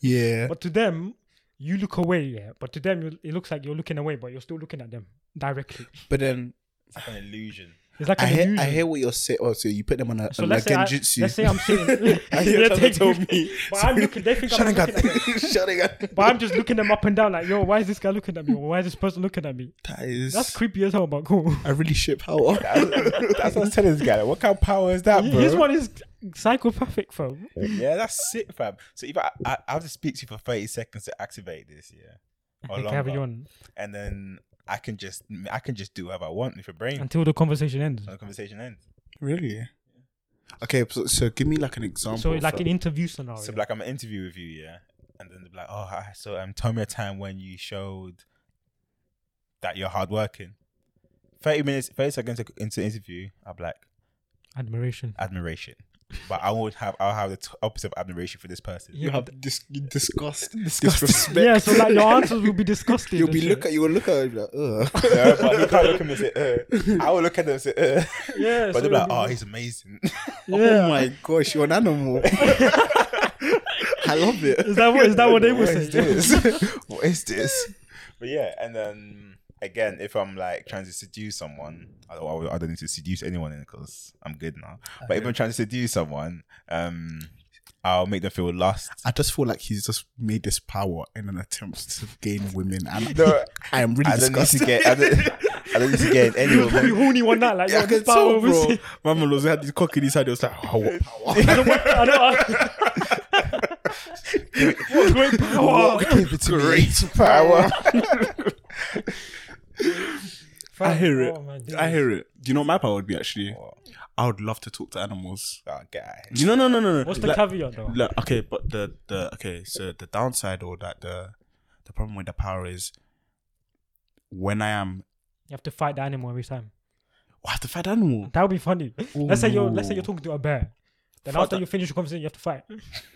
Yeah.
but to them you look away, yeah. But to them you, it looks like you're looking away, but you're still looking at them directly.
But then
It's like an illusion.
It's like
I
an
hear, I
illusion.
hear what you're saying. Oh, so you put them on a,
So
on
let's
a
say, I,
genjutsu.
let's
[laughs]
say I'm [laughs] sitting.
I hear
They're
someone
taking-
told me.
[laughs] But
[laughs]
I'm looking. They think I'm looking at them.
Shutting up.
But I'm just looking them up and down, like, yo, why is this guy looking at me? Or why is this person looking at me?
That is.
That's creepy as hell, but
[laughs]
cool.
I really ship power. [laughs]
That's what I was telling this guy. Like, what kind of power is that, bro?
His one is psychopathic, fam.
[laughs] yeah, that's sick, fam. So if I, I, I have to speak to you for thirty seconds to activate this, yeah, or
They carry
longer,
on
and then I can just I can just do whatever I want with your brain
until the conversation ends.
until the conversation ends.
really? Okay, so, so give me like an example.
So, like
for-
an interview scenario.
So like I'm an interview with you, yeah, and then they're like, oh, hi, so um, tell me a time when you showed that you're hardworking. Thirty minutes, thirty seconds into interview, I'm like
Admiration.
admiration, but I would have I'll have the t- opposite of admiration for this person.
you
[laughs]
Yeah,
have
but-
dis-
[laughs]
disgust, disrespect.
yeah, so like
[laughs]
your answers will be disgusting.
You'll
and
be
shit.
look at you will look at it like, ugh.
No, but he can't look at me and say, uh. I will look at them and say, uh.
Yeah,
but
so
they'll be like,
it'll
oh,
be-
he's amazing.
yeah.
[laughs] Oh my gosh, you're an
[laughs]
animal. [laughs] I love it.
Is that what is that what they would
What
say? [laughs]
is this? what is this? But yeah, and then again, if I'm like trying to seduce someone, I don't, I would- I don't need to seduce anyone because I'm good now. But if I'm trying to seduce someone, um, I'll make them feel lost.
[laughs]
I just feel like he's just made this power in an attempt to gain women, and
[laughs] No,
I am really
I don't need to
disgusted. [laughs]
get. I don't, I don't need to get any
[laughs] You'll probably
woman.
horny one night, like
"Ah, Yeah,
yo,
I
this
can
power
tell,
was-
bro. My man was had this cock in his hand. He was like, oh,
[laughs]
what power?
I don't want- [laughs] I
[laughs]
don't- What great power.
Give it to me.
[laughs]
Power.
I hear it.
Oh, my
I
days.
hear it. Do you know what my power would be actually?
What?
I would love to talk to animals.
Oh, guy.
Do you know? No, no, no, no.
What's the
Like-
caveat though?
Look, okay, but the the okay, so the downside or that the the problem with the power is when I am
You have to fight the animal every time.
oh, I have to fight animal.
That would be funny. Let's say you're let's say you're talking to a bear. Then after you finish your conversation, you have
[laughs]
to fight.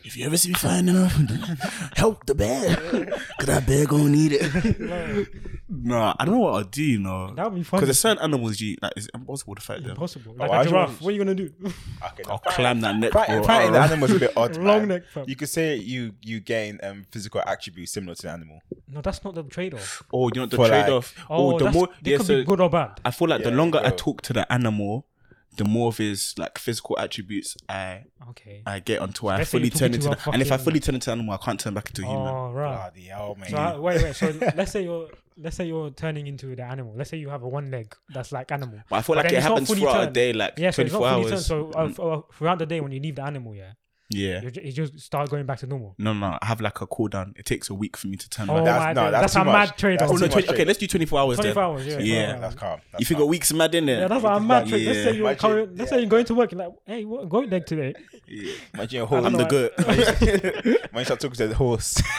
If you ever see me fighting enough, [laughs] help the bear. Cause that bear gonna need it. [laughs]
that
nah, I don't know what I'll do, you know.
would be fun.
Because Oh, there's certain animals you like it's impossible to fight them.
impossible. Like
I
a
don't-
giraffe. What are you gonna do?
Okay,
I'll
fight-
climb Oh, that neck.
Fight,
bro.
fighting the
Alright.
[laughs]
animal's a bit odd.
Long
man.
neck, fam.
You could say you you gain um physical attributes similar to an animal.
No, that's not the trade-off.
Oh, you know the
For like-
trade off.
Oh,
oh, the
that's-
more
they
yeah,
could
so
be good or bad.
I feel like the
Yeah,
longer I
bro.
talk to the animal, the more of his like physical attributes I
Okay.
I get until I
Let's say you
fully
took
turn
it to
into.
a
The, and if I
fucking-
fully turn into an animal, I can't turn back into a human.
Oh right.
Bloody hell, mate.
So I- wait,
[laughs]
wait. So let's say you're let's say you're turning into the animal. Let's say you have a one leg that's like animal.
But I feel like
But then
it
it's not
happens
fully
throughout a
turned.
day, like
Yeah, so it's not
24
fully
hours.
turned. So uh, f- uh, throughout the day when you leave the animal, yeah,
yeah.
you ju- it just start going back to normal.
No, no, I have like a cool down. It takes a week for me to turn
Oh
back.
my
That's- no,
god,
that's
that's,
too
a
much.
mad trade off.
That's
Oh, no,
too much
20, okay, let's do 24 hours
24
then.
hours,
Yeah.
yeah. 24
That's
hours.
calm. That's
You think a
calm.
week's mad, in
Yeah,
it?
that's what I'm mad. Let's say you're
Imagine-
coming. Let's say
yeah.
you're going to work. You're like, hey, what, going back today?
Imagine a
I'm
horse.
the
know [laughs]
good.
When you start talking to the horse, [laughs]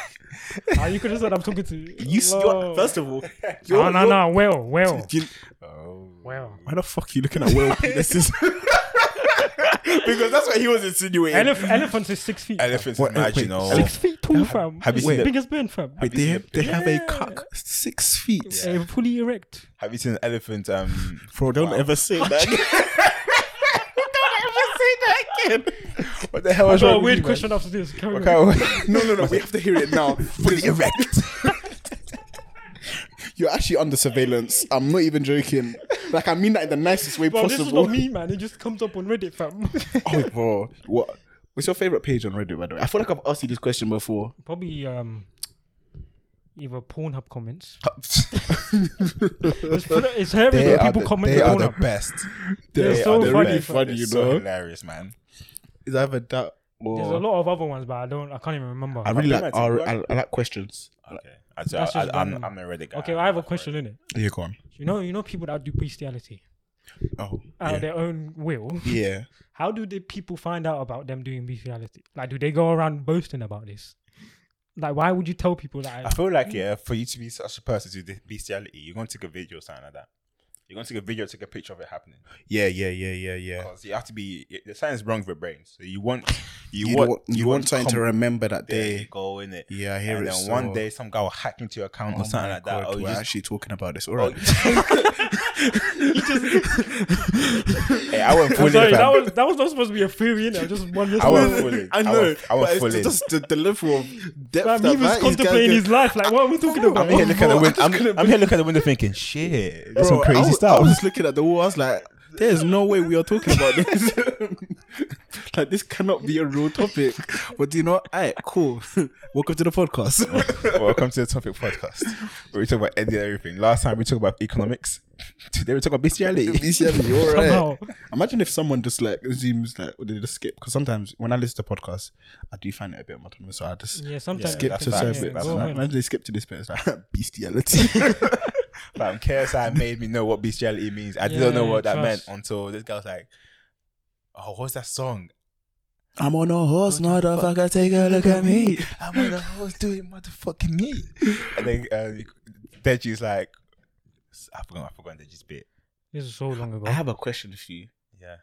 Ah, you could have said I'm talking to you.
You, s-
Lord.
you're, first of all, you're,
no, no,
you're-
no. Well, well,
Do you-
oh,
well.
why the fuck are you looking at
[laughs]
whale penises? [laughs] because that's what he was insinuating.
Elef- elephants is six feet.
elephants
What-
is mad,
wait,
you know.
Six feet tall, fam.
have you
It's
seen
the
it?
biggest bird, fam.
Wait,
you
they
seen
have,
the
they have a
Yeah.
cock six feet.
Uh, fully erect.
Have you seen an elephant? Um,
Bro, don't
Wow.
ever say that. [laughs]
what the hell
I've
is
got a
wrong? with
weird
you, man?
question after this. Carry on.
What kind
[laughs]
of-
no, no, no. We have to hear it now. Fully [laughs] erect.
You're actually under surveillance. I'm not even joking. Like I mean that in the nicest way
Bro, this is
possible.
not me, man. It just comes up on Reddit, fam.
oh, bro. What? What's your favorite page on Reddit, by the way? I feel like I've asked you this question before.
[laughs] Probably um, either Pornhub comments. it's, full of- it's heavy
They
when
are
people
the,
comment
they
on
are the
Pornhub.
best.
[laughs] They're
They
so
are the
funny,
best.
fam.
funny,
They're
you
so
know?
hilarious, man.
[laughs] Is either that or
There's a lot of other ones, but I don't. I can't even remember.
I really
Pretty
like
much
our,
it
I, I like questions.
Okay, I, so
That's
I,
just
I, I'm,
random.
I'm a Reddit guy.
okay, well, I have a question in it.
Yeah, go on.
You know, you know, people that do bestiality
Oh,
out of their own will.
yeah.
How do the people find out about them doing bestiality? Like, do they go around boasting about this? Like, why would you tell people that?
I feel like yeah, for you to be such a person to do bestiality, you're gonna take a video, or something like that. You're gonna take a video, take a picture of it happening.
yeah, yeah, yeah, yeah, yeah.
Because you have to be. The something's wrong with your brain. So
[sighs]
you want, you,
You, don't
want,
want, you, want something to
com-
remember that
There you
day.
go in it.
Yeah, I hear
and
it.
then
so-
one day, some guy will hack into your account
oh
or something
my
like that.
God,
or you
we're
just,
actually talking about this. All right.
hey,
[laughs]
I went
I'm
full
sorry,
in.
that
fam.
was that was not supposed to be a theory. innit? I just one.
[laughs] I went
listener.
full in.
Oh, [laughs] I know,
I went, I went
but
full
it's
in.
just the, the level of depth
Fam,
that
he was
that is
contemplating his life. Like, what are we talking about?
[laughs] I'm here looking at
Bro,
[laughs]
the
I
window.
just
I'm,
couldn't
I'm here looking at the window thinking, shit, that's some
Bro, I
crazy
was, I
stuff.
was just looking at the wall. I was like, there is no way we are talking about this. [laughs] like, this cannot be a real topic. But do you know, what? all right, cool. [laughs] Welcome to the podcast. [laughs]
Welcome to the Topic Podcast, where we talk about any and everything. Last time we talked about economics. Today we talk about [laughs] bestiality.
BCM, you're right.
Somehow.
Imagine if someone just like zooms like or they just skip because sometimes when I listen to podcasts, I do find it a bit monotonous, so I just
Yeah, sometimes
Yeah,
skip
that's
to
facts,
certain
yeah,
bits.
go
Like,
on.
Imagine they skip to this bit, it's like [laughs] bestiality.
Fam, KSI made me know what bestiality means. I didn't know
Yeah,
what that
trust.
meant until this guy was like, "Oh, what's that song?"
[laughs] I'm on a horse, motherfucker. Take a look at me.
I'm on the horse doing motherfucking me. And then uh, Deji's like, "I forgot, I forgot Deji's bit."
This is so
[laughs]
long ago.
I have a question for you.
Yeah,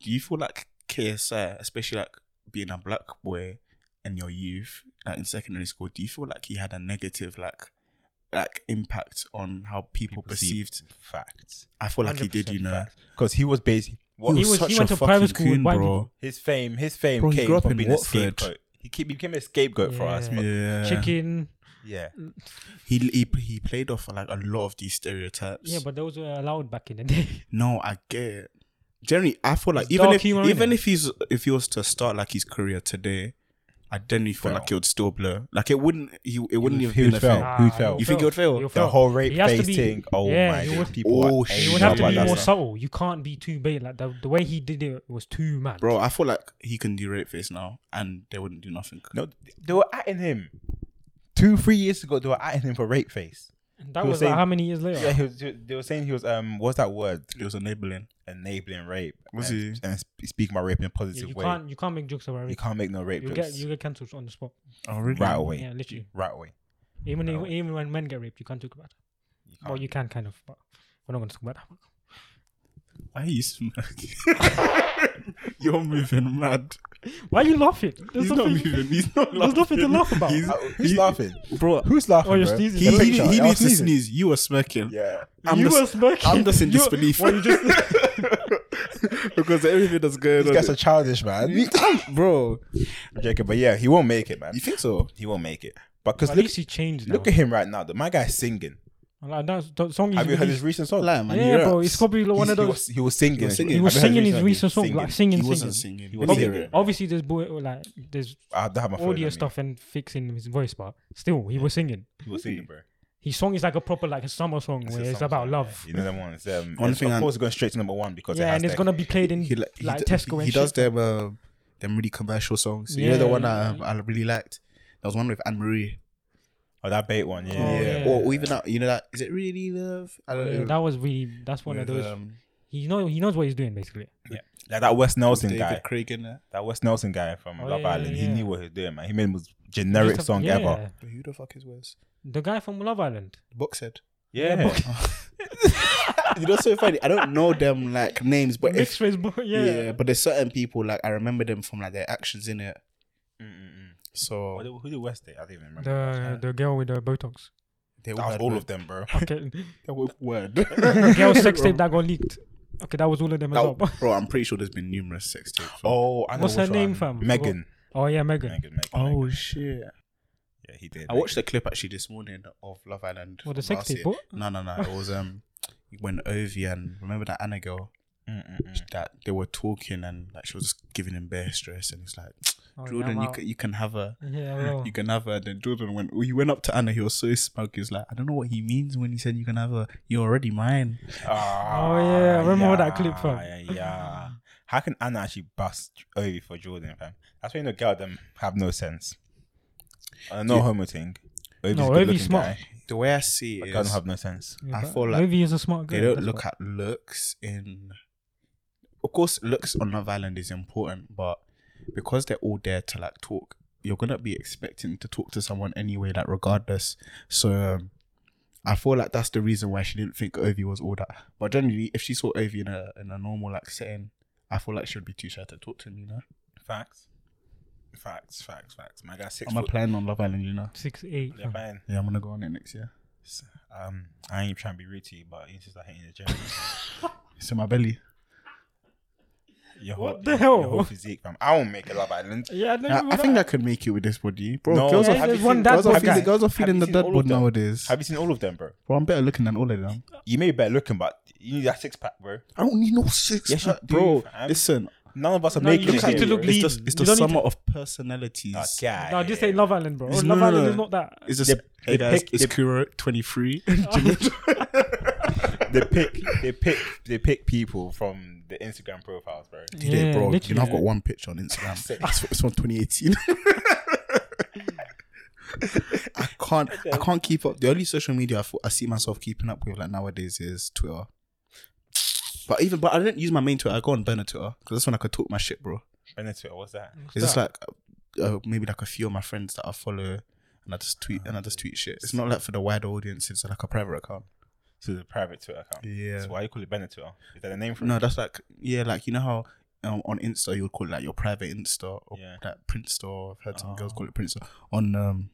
Do you feel like KSI, especially like being a black boy and your youth, like in secondary school, do you feel like he had a negative like like impact on how people, perceived?
facts
I feel like he did,
100%
you know.
because he was based. What
He was- he went to private school with white
his fame, his fame
Bro, he
came
grew up
from
in
being a
Watford.
scapegoat. He ke- became a scapegoat for us.
Yeah.
but-
Yeah,
Chicken.
yeah.
He, he he played off like a lot of these stereotypes.
Yeah, but those were allowed back in the day.
no, I get. It. Generally, I feel like
It's
even
dark
if
humor,
even
innit?
if he's if he was to start like his career today, I definitely feel
Fail.
like it would still blur. Like it wouldn't. He it wouldn't
would-
have
he
been
would
a
fail.
fail.
Who fell?
Ah,
You think he would fail?
he'll
The
The whole rape
He has to
face
be-
thing. Oh
yeah,
my
he
days,
would-
people.
Oh,
are
he
You
angry
would have to
about
be
that
more
stuff.
subtle. You can't be too big. Like the, the way he did it was too mad.
Bro, I feel like he can do rape face now, and they wouldn't do nothing.
No, they were atting him. Two, three years ago, they were atting him for rape face.
And that
he was
was like
saying-
how many years later?
Yeah, he was, they were saying he was um, what's that word?
It was enabling.
Enabling rape.
Was
and,
he?
And sp- speaking about rape in a
Yeah,
positive
you
way.
can't. You can't make jokes about
you
it.
can't make no rape
You
jokes
get you get cancelled on the spot.
Oh really?
right away.
Yeah, literally.
Right
[laughs]
away.
Even
No.
even when men get raped, you can't talk about it.
You
Well,
can't.
you can kind of, but we're not going to talk about that.
I used to
[laughs]
smoke. You're moving mad.
Why are you laughing? There's
He's not
nothing-
moving. He's not laughing.
There's nothing to laugh about.
He's-
Who's
he-
laughing?
Bro,
Who's laughing?
Oh, you're
bro?
sneezing.
he,
The
he,
picture,
he
yeah, I was
needs to
sneezing.
sneeze. You were smirking.
Yeah.
I'm,
you
just,
were smirking.
I'm just in
You-
disbelief.
well, you
[laughs]
just-
because everything that's going
These guys
on.
are childish, man.
bro,
I'm joking, but yeah, he won't make it, man.
you think so?
He won't make it. But because
at
look,
least he
[laughs]
changed.
look at him right now. The my guy's singing.
now. Like, that's- that song he's
Have you heard his
released-
recent song?
Lie, man,
Oh, Yeah,
he
bro,
raps.
it's probably
He's-
one of
he,
those.
was, he was singing.
He was singing.
He was
Have you heard
singing his
recently?
recent song,
Singing.
like singing,
He wasn't
singing.
singing.
He
He
was
wasn't
Obvi-
singing.
singing.
Obviously, there's boy, like there's
I have to have my phone on
audio
me.
stuff and fixing his voice, but still, he was singing.
He was singing, bro.
His song is like a proper like a summer song
It's
where
a
it's
song,
about
yeah.
love.
You know that one. It's, um,
One
it's-
thing
of
I-
course, it's going straight to number one because it
Yeah,
has
and it's
that-
gonna be played in
He, li- he,
like
d-
Tesco.
he,
and
he does
shit.
them, uh, them really commercial songs. You know the
Yeah.
one that I, I really liked? There was one with Anne Marie.
oh, that bait one. Yeah,
Oh,
yeah.
yeah.
Or, or even that, you know that, is it really love? I don't
Yeah,
know.
that was really that's one of
With,
those.
um,
he know he knows what he's doing basically.
Like that Wes Nelson
David
guy.
Craig in there.
That Wes Nelson guy from
Oh,
Love
yeah,
Island. He
yeah.
knew what he was doing, man. He made the most
He
generic
just-
song
yeah,
ever.
But who the fuck is Wes?
The guy from Love Island.
Box
[laughs]
head.
Yeah.
[laughs] you know, so funny. I don't know them like names, but if,
Mixed race boy.
yeah.
Yeah.
but there's certain people like I remember them from like their actions in it.
Mm-mm-mm. Mm, What
So
did- Who did West date? I don't even remember.
Oh. The the girl with
[laughs]
the Botox.
they
That was
had
all
wo-
of them, bro.
Okay.
they were word.
[laughs] the
[laughs]
girl sex tape that got leaked. Okay, that was all of them as
That-
well.
bro, I'm pretty sure there's been numerous sex tapes.
Oh, I know
What's her
which
name,
one.
fam?
Megan.
Oh yeah, Megan.
Megan. Megan.
oh
Megan.
shit!
yeah, he did.
I watched a clip actually this morning of Love Island.
Well, the
from
sex
last
tape.
year.
What?
No, no, no. It was um when Ovi and remember that Anna girl
Mm-mm-mm.
Mm.
that they were talking and like she was just giving him bare stress and it's like
Oh, yeah,
Jordan,
I'm
you
out. Oh.
can, you can have her.
Yeah, well.
[laughs] You can have her. Then Jordan went. He went up to Anna. He was so smug. He was like, I don't know what he means when he said you can have her. You're already mine.
[laughs]
Ah,
Oh, yeah, I remember that clip, fam.
Yeah, yeah. How can Anna actually bust Ovi for Jordan, fam? That's when the girl them have no sense. Uh, no
Yeah.
homo thing. Ovi's
No,
a good
Ovi's
looking
smart.
guy,
The way I see
but
it
girl don't
is,
have no sense.
Yeah,
I
but
feel like
Ovi is a smart guy.
they don't
that's
look
why.
at looks in. Of course, looks on Love Island is important, but because they're all there to like talk, you're gonna be expecting to talk to someone anyway, like regardless. So. Um, I feel like that's the reason why she didn't think Ovi was all that. But generally, if she saw Ovi in a in a normal like setting, I feel like she would be too shy to talk to him. You know,
Facts. Facts, facts, facts. My guy, 6
I'm
foot.
applying on Love Island. You know,
six eight.
Yeah,
fam.
man.
yeah, I'm gonna go on it next year.
S- Um, I ain't trying to be rude to you, but you just like hitting the
[laughs]
gym.
It's in my belly.
Your
What
whole-
the
your- Your whole
hell?
physique, fam. I won't make a Love Island.
Yeah, no,
I,
you
I
were
think
not-
that could make it with this body, bro.
No.
Girls
Yeah,
are,
There's
Have you
one
seen-
dad
girls are
bod
feeling,
guy.
girls are
Have
feeling
you
the
seen
dead
all of
bod
them?
nowadays.
Have you seen all of them, bro?
Bro, I'm better looking than all of them.
You may be better looking, but you need that six pack, bro.
I don't need no six.
Yes, you
pack,
do,
bro,
fam.
listen,
None of us are
No, you
making
just
it.
need
here,
to look
bro.
it's
lean.
just it's
You
the
don't need
summer of personalities.
Okay.
No, this ain't Love Island, bro. Oh,
It's-
Love
no, no,
Island
no.
is not that.
It's just
They-
hey
they
guys,
pick-
it's
they-
Kuro twenty three.
[laughs]
[laughs]
they pick they pick they pick people from the Instagram profiles, bro.
Yeah,
bro, you
literally.
know I've got one picture on Instagram.
Sick.
It's, it's from twenty eighteen. [laughs] I can't I can't keep up. The only social media I, fo- I see myself keeping up with like nowadays is Twitter. But even but I don't use my main Twitter. I go on burner Twitter because that's when I could talk my shit, bro.
And then Twitter, what's that?
It's just like uh, maybe like a few of my friends that I follow, and I just tweet and I just tweet shit. It's not like for the wider audience. It's like a private account.
So the private Twitter account.
Yeah.
So why you call it Bennett Twitter? Is that a name for it?
No, that's like yeah, like you know how um, on Insta you'll call it like your private Insta or
Yeah.
like Prinsta. I've heard some girls
Oh.
call it Prinsta. On um,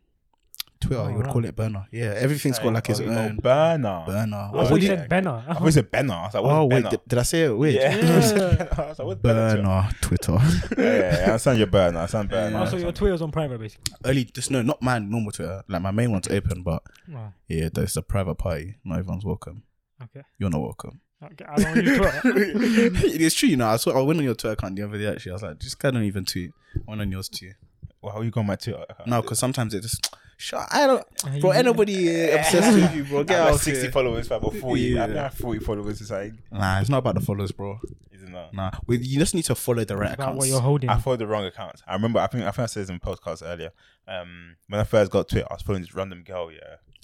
Twitter
Oh,
you would
right.
call it burner. Yeah, everything's got like its
oh,
own
burner.
burner.
I
Oh,
thought you
yeah.
said Benner. [laughs]
I thought you said Benner. I was like, what's
Oh wait,
Benner?
did, did [laughs] I say it? Wait,
yeah.
Yeah.
I said Benner. I was like, what's Benner? Twitter?
burner [laughs] Twitter.
Yeah, yeah, yeah. I sound your burner.
[laughs]
I sound burner.
Also, Oh, your Twitter's on private, basically.
Only just no, not my normal Twitter. Like my main one's open, but
Wow.
yeah, there's a private party. Not everyone's welcome.
Okay.
You're not [laughs] welcome.
okay. I don't use Twitter.
it's true, you know. I saw I went on your Twitter account the other day. Actually, I was like, just kind of even tweet. I went on yours too.
Well, how you got my Twitter? account?
No, because sometimes it just. Sure, I don't.
Uh,
Bro,
you-
ain't nobody
[laughs]
[laughs]
uh, obsessed with you, bro.
I've
Get
got
out
60
here.
followers, but about 40.
Yeah.
I've got 40 followers. It's like,
Nah, it's not about the followers, bro.
is it not?
Nah, we, you just need to follow the right
About
accounts.
what you're holding.
I followed the wrong account. I remember. I think I think I said this in podcast earlier. Um, when I first got Twitter, I was following this random girl. Yeah,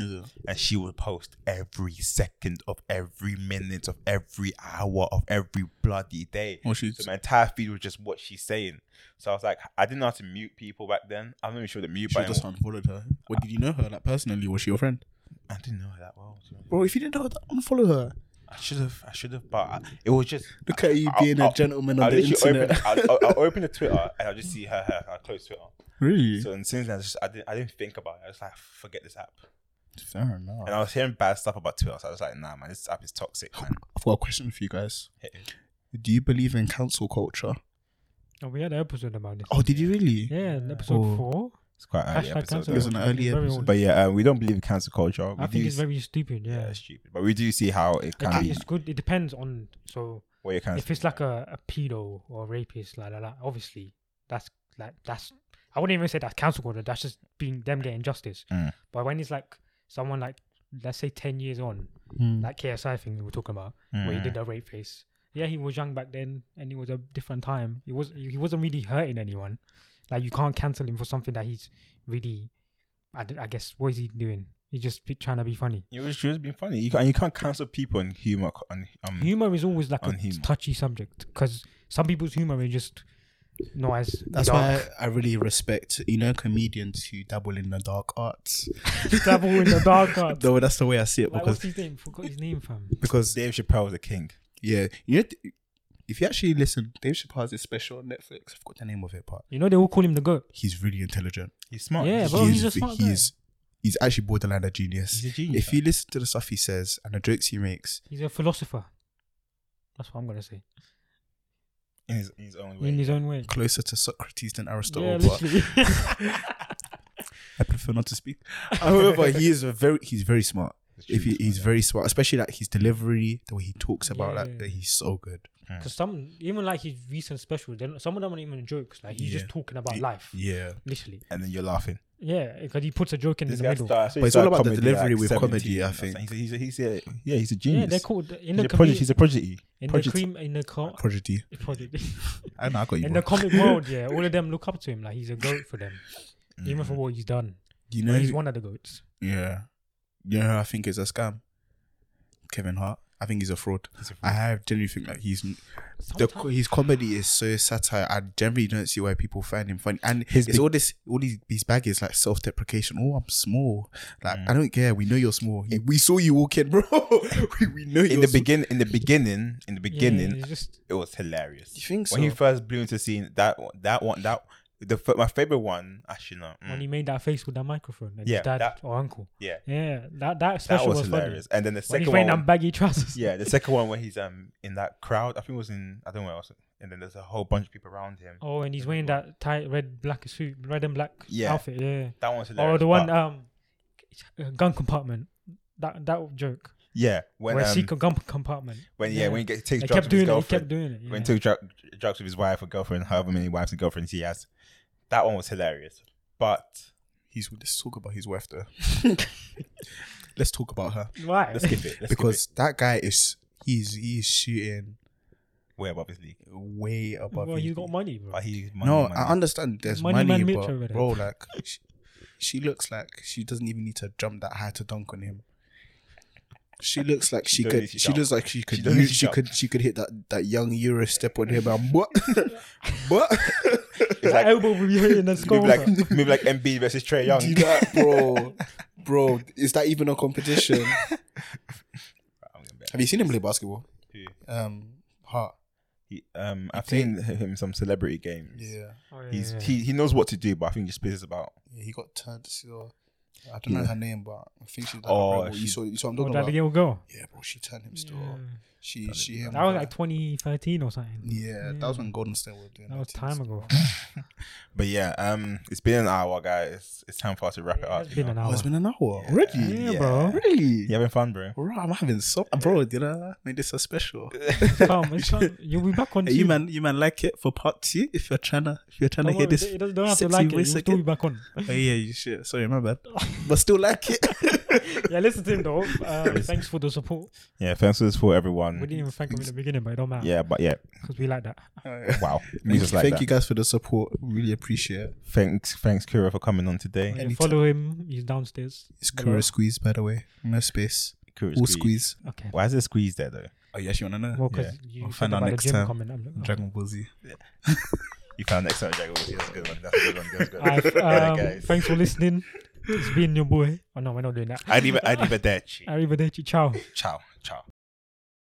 Yeah.
and she would post every second of every minute of every hour of every bloody day.
Well, she's-
So my entire feed was just what she's saying. So I was like, I didn't know how to mute people back then. I'm not even sure the mute
She
button.
just unfollowed her. What did you know her like personally? Was she your friend,
I didn't know her that well.
bro? If you didn't know her, unfollow her.
I should have. I should have. But I, it was just.
Look at you
I'll-
being a
I'll-
gentleman
I
on the
literally open.
internet.
I I'll, I'll open the Twitter and I'll just see her. Her. I close Twitter.
[laughs] Really?
So and since then, I just I didn't. I didn't think about it. I was like, forget this app.
Fair enough.
And I was hearing bad stuff about Twitter. So I was like, nah, man, this app is toxic, man.
I've got a question for you guys.
Hit
Do you believe in cancel culture?
Oh, we had an episode about this.
Oh, did you really?
Yeah, in episode
Oh.
four.
It's quite an early
Hashtag
episode.
cancel
It was
though.
an
culture.
early
Very
episode.
old.
But yeah, um, we don't believe in cancel culture. We
I think
do
it's
see-
very stupid.
yeah.
Yeah,
it's stupid. But we do see how it
I
can
think
be.
it's good. It depends on so
What you can.
if it's like a, a pedo or rapist, like, like, like obviously that's like that's I wouldn't even say that's cancel culture. That's just being them getting justice.
Mm.
But when it's like someone like let's say ten years on,
Mm.
that KSI thing we were talking about, where
Mm.
he did the rape face. Yeah, he was young back then, and it was a different time. He was he wasn't really hurting anyone. Like you can't cancel him for something that he's really. I, d- I guess what is he doing? He's just be, trying to be funny.
It was just being funny. You can, you can't cancel people on humor. co- On, um,
humor is always like a
on humor.
touchy subject because some people's humor is just not as
That's
dark.
why I really respect, you know, comedians who dabble in the dark arts.
[laughs] Dabble in the dark
[laughs]
arts.
Though that's the way I see it
Like,
because
what's his name? Forgot his name, fam.
because
Dave Chappelle was a king.
yeah, you know, th- if you actually listen, Dave Chappelle has a special on Netflix. I forgot the name of it, but
You know they all call him the goat.
he's really intelligent.
He's smart.
Yeah,
He's-
bro,
He
he's
is-
a smart guy.
he's, he's actually borderline a genius.
he's a genius.
if you listen to the stuff he says and the jokes he makes,
He's a philosopher. That's what I'm gonna say.
in his, in his own way.
In his own way.
closer to Socrates than
yeah,
Aristotle, but
literally. [laughs]
I prefer not to speak. [laughs] However, he is a very he's very smart. if he, he's very smart, especially like his delivery, the way he talks about that,
Yeah.
that he's so good.
Hmm.
Because some, even like his recent special, they're not- some of them aren't even jokes. Like he's
Yeah.
just talking about
He-
life,
Yeah,
literally.
and then you're laughing.
Yeah, because he puts a joke in,
This
the
guy
middle.
started,
But it's all about the delivery with comedy, I think.
He's a, he's a, yeah, he's a
yeah,
genius.
they're called in
he's,
the
a project,
comedy.
he's a prodigy.
In the
project.
cream, in the co-
prodigy.
[laughs] project.
I know I got you.
in
bro.
the comic world,
[laughs]
yeah, all of them look up to him. Like he's a goat for them,
Mm.
even for what he's done.
you
But
know,
he's one of the goats.
yeah, you know, who I think it's a scam. Kevin Hart. I think he's a fraud.
He's a fraud.
I have genuinely think like he's the,
Sometimes-
co- his comedy is so satire. I generally don't see why people find him funny. And
His
it's
big-
all this, all these, these baggage like self deprecation. Oh, I'm small. Like I don't care. We know you're small. You- We saw you walking, bro. [laughs] we, we know
in
you're
the
small.
begin, in the beginning, in the
Yeah,
beginning,
it's just
it was hilarious.
You think
When he
so?
first blew into scene, that one, that one, that the f- my favorite one, actually no, mm,
when he made that face with that microphone, and
Yeah,
his dad
that-
or uncle.
yeah,
Yeah, that that
that
special
was,
was,
hilarious. And then the
funny. When
second
he's
one,
wearing them baggy trousers.
yeah, the second one where he's um in that crowd, I think it was in I don't know where else, and then there's a whole bunch of people around him.
Oh, and he's wearing that tight red black suit, red and black
Yeah.
outfit. Yeah.
That one's hilarious.
Or the one
but-
um, uh, gun compartment. That that joke.
yeah, when
Where
um,
secret gun compartment.
when yeah, when he gets, takes
he
drugs
kept
with his
doing it. He kept
girlfriend,
doing it.
when
yeah.
he took dr- drugs with his wife or girlfriend, however many wives and girlfriends he has, that one was hilarious. But
He's let's talk about his wife though. let's talk about her
Why? [laughs]
let's skip it let's skip it.
because that guy is he's he's shooting
way above his league,
way above.
well,
his
you got
league.
money, bro.
but he
no, I understand. There's
Money
money,
man Mitch over
but
there.
bro, like she, she looks like she doesn't even need to jump that high to dunk on him. She looks like she
[laughs] She don't need
could. She
to jump.
looks like she could. She,
She don't need to
she
jump.
could. She could hit that that young Euro step on him and what? what?
[laughs]
That
it's
[laughs]
like
elbow will be hitting the
maybe
skull. [laughs]
like
bro.
maybe like MB versus Trey [laughs] Young.
Do that,
[laughs]
bro? Bro, is that even a competition?
I'm gonna bet.
Have you seen him play basketball?
Who?
Um, Hart.
He, um, I've seen him in some celebrity games.
Yeah,
Oh, yeah,
He's
yeah.
he, he knows what to do, but I think he just pisses about.
yeah he got turned. So I don't know her name, but I think she's. Like,
Oh,
oh, you
she-
saw. You saw. What I'm
Oh,
talking
that
about.
the girl go.
Yeah, bro, she turned him still.
Yeah.
She, she, him,
That was
bro.
like 2013 or something.
Yeah, that
Yeah.
was when Golden State were doing
That was
team
time
stuff.
[laughs] ago.
But yeah, um, it's been an hour, guys. It's, it's time for us to wrap it up.
It's
you
been
know?
an
Oh,
hour.
it's been an hour already.
Yeah, bro.
[laughs] Really?
You having fun, bro?
Bro, I'm having so bro. Did I make this a special?
Come, it's come. You'll be back on
Hey, you
soon.
man, you man, like it for part two if you're trying to if you're trying
Don't
to hear
worry,
this.
It doesn't don't have to
sexy
like it. You'll
voice
still be
again.
back on.
Oh yeah, you should. Sorry, my
[laughs]
bad. but still like it.
Yeah, listen to him
[laughs]
though. Uh, thanks for the support.
Yeah, thanks for this for
We
everyone.
didn't even thank him in
Mm-hmm.
the beginning, but it don't matter.
Yeah, but yeah,
Because we like that.
wow.
Oh,
We
[laughs] Thank,
just like
thank
that.
you guys for the support. Really appreciate it.
Thanks, thanks, Kira, for coming on today.
You
Anytime.
follow him. He's downstairs.
It's
Hello.
Kura Squeeze, by the way. No space.
Kira,
All squeeze.
Okay.
Why is there squeeze there though?
Oh yes, you wanna know?
Well, because you
We'll
said
find out
about the
next
gym
time.
comment. I'm like,
Dragon Ball Z.
You found next time, Jaguar. That's a good one. That's a good one. That's a
[laughs]
oh. [laughs]
good
Alright,
one. Yeah,
um,
guys.
thanks for listening. It's been your boy. Oh no, we're not doing that.
Arriva- Arrivederci.
Arrivederci. Ciao.
Ciao. Ciao.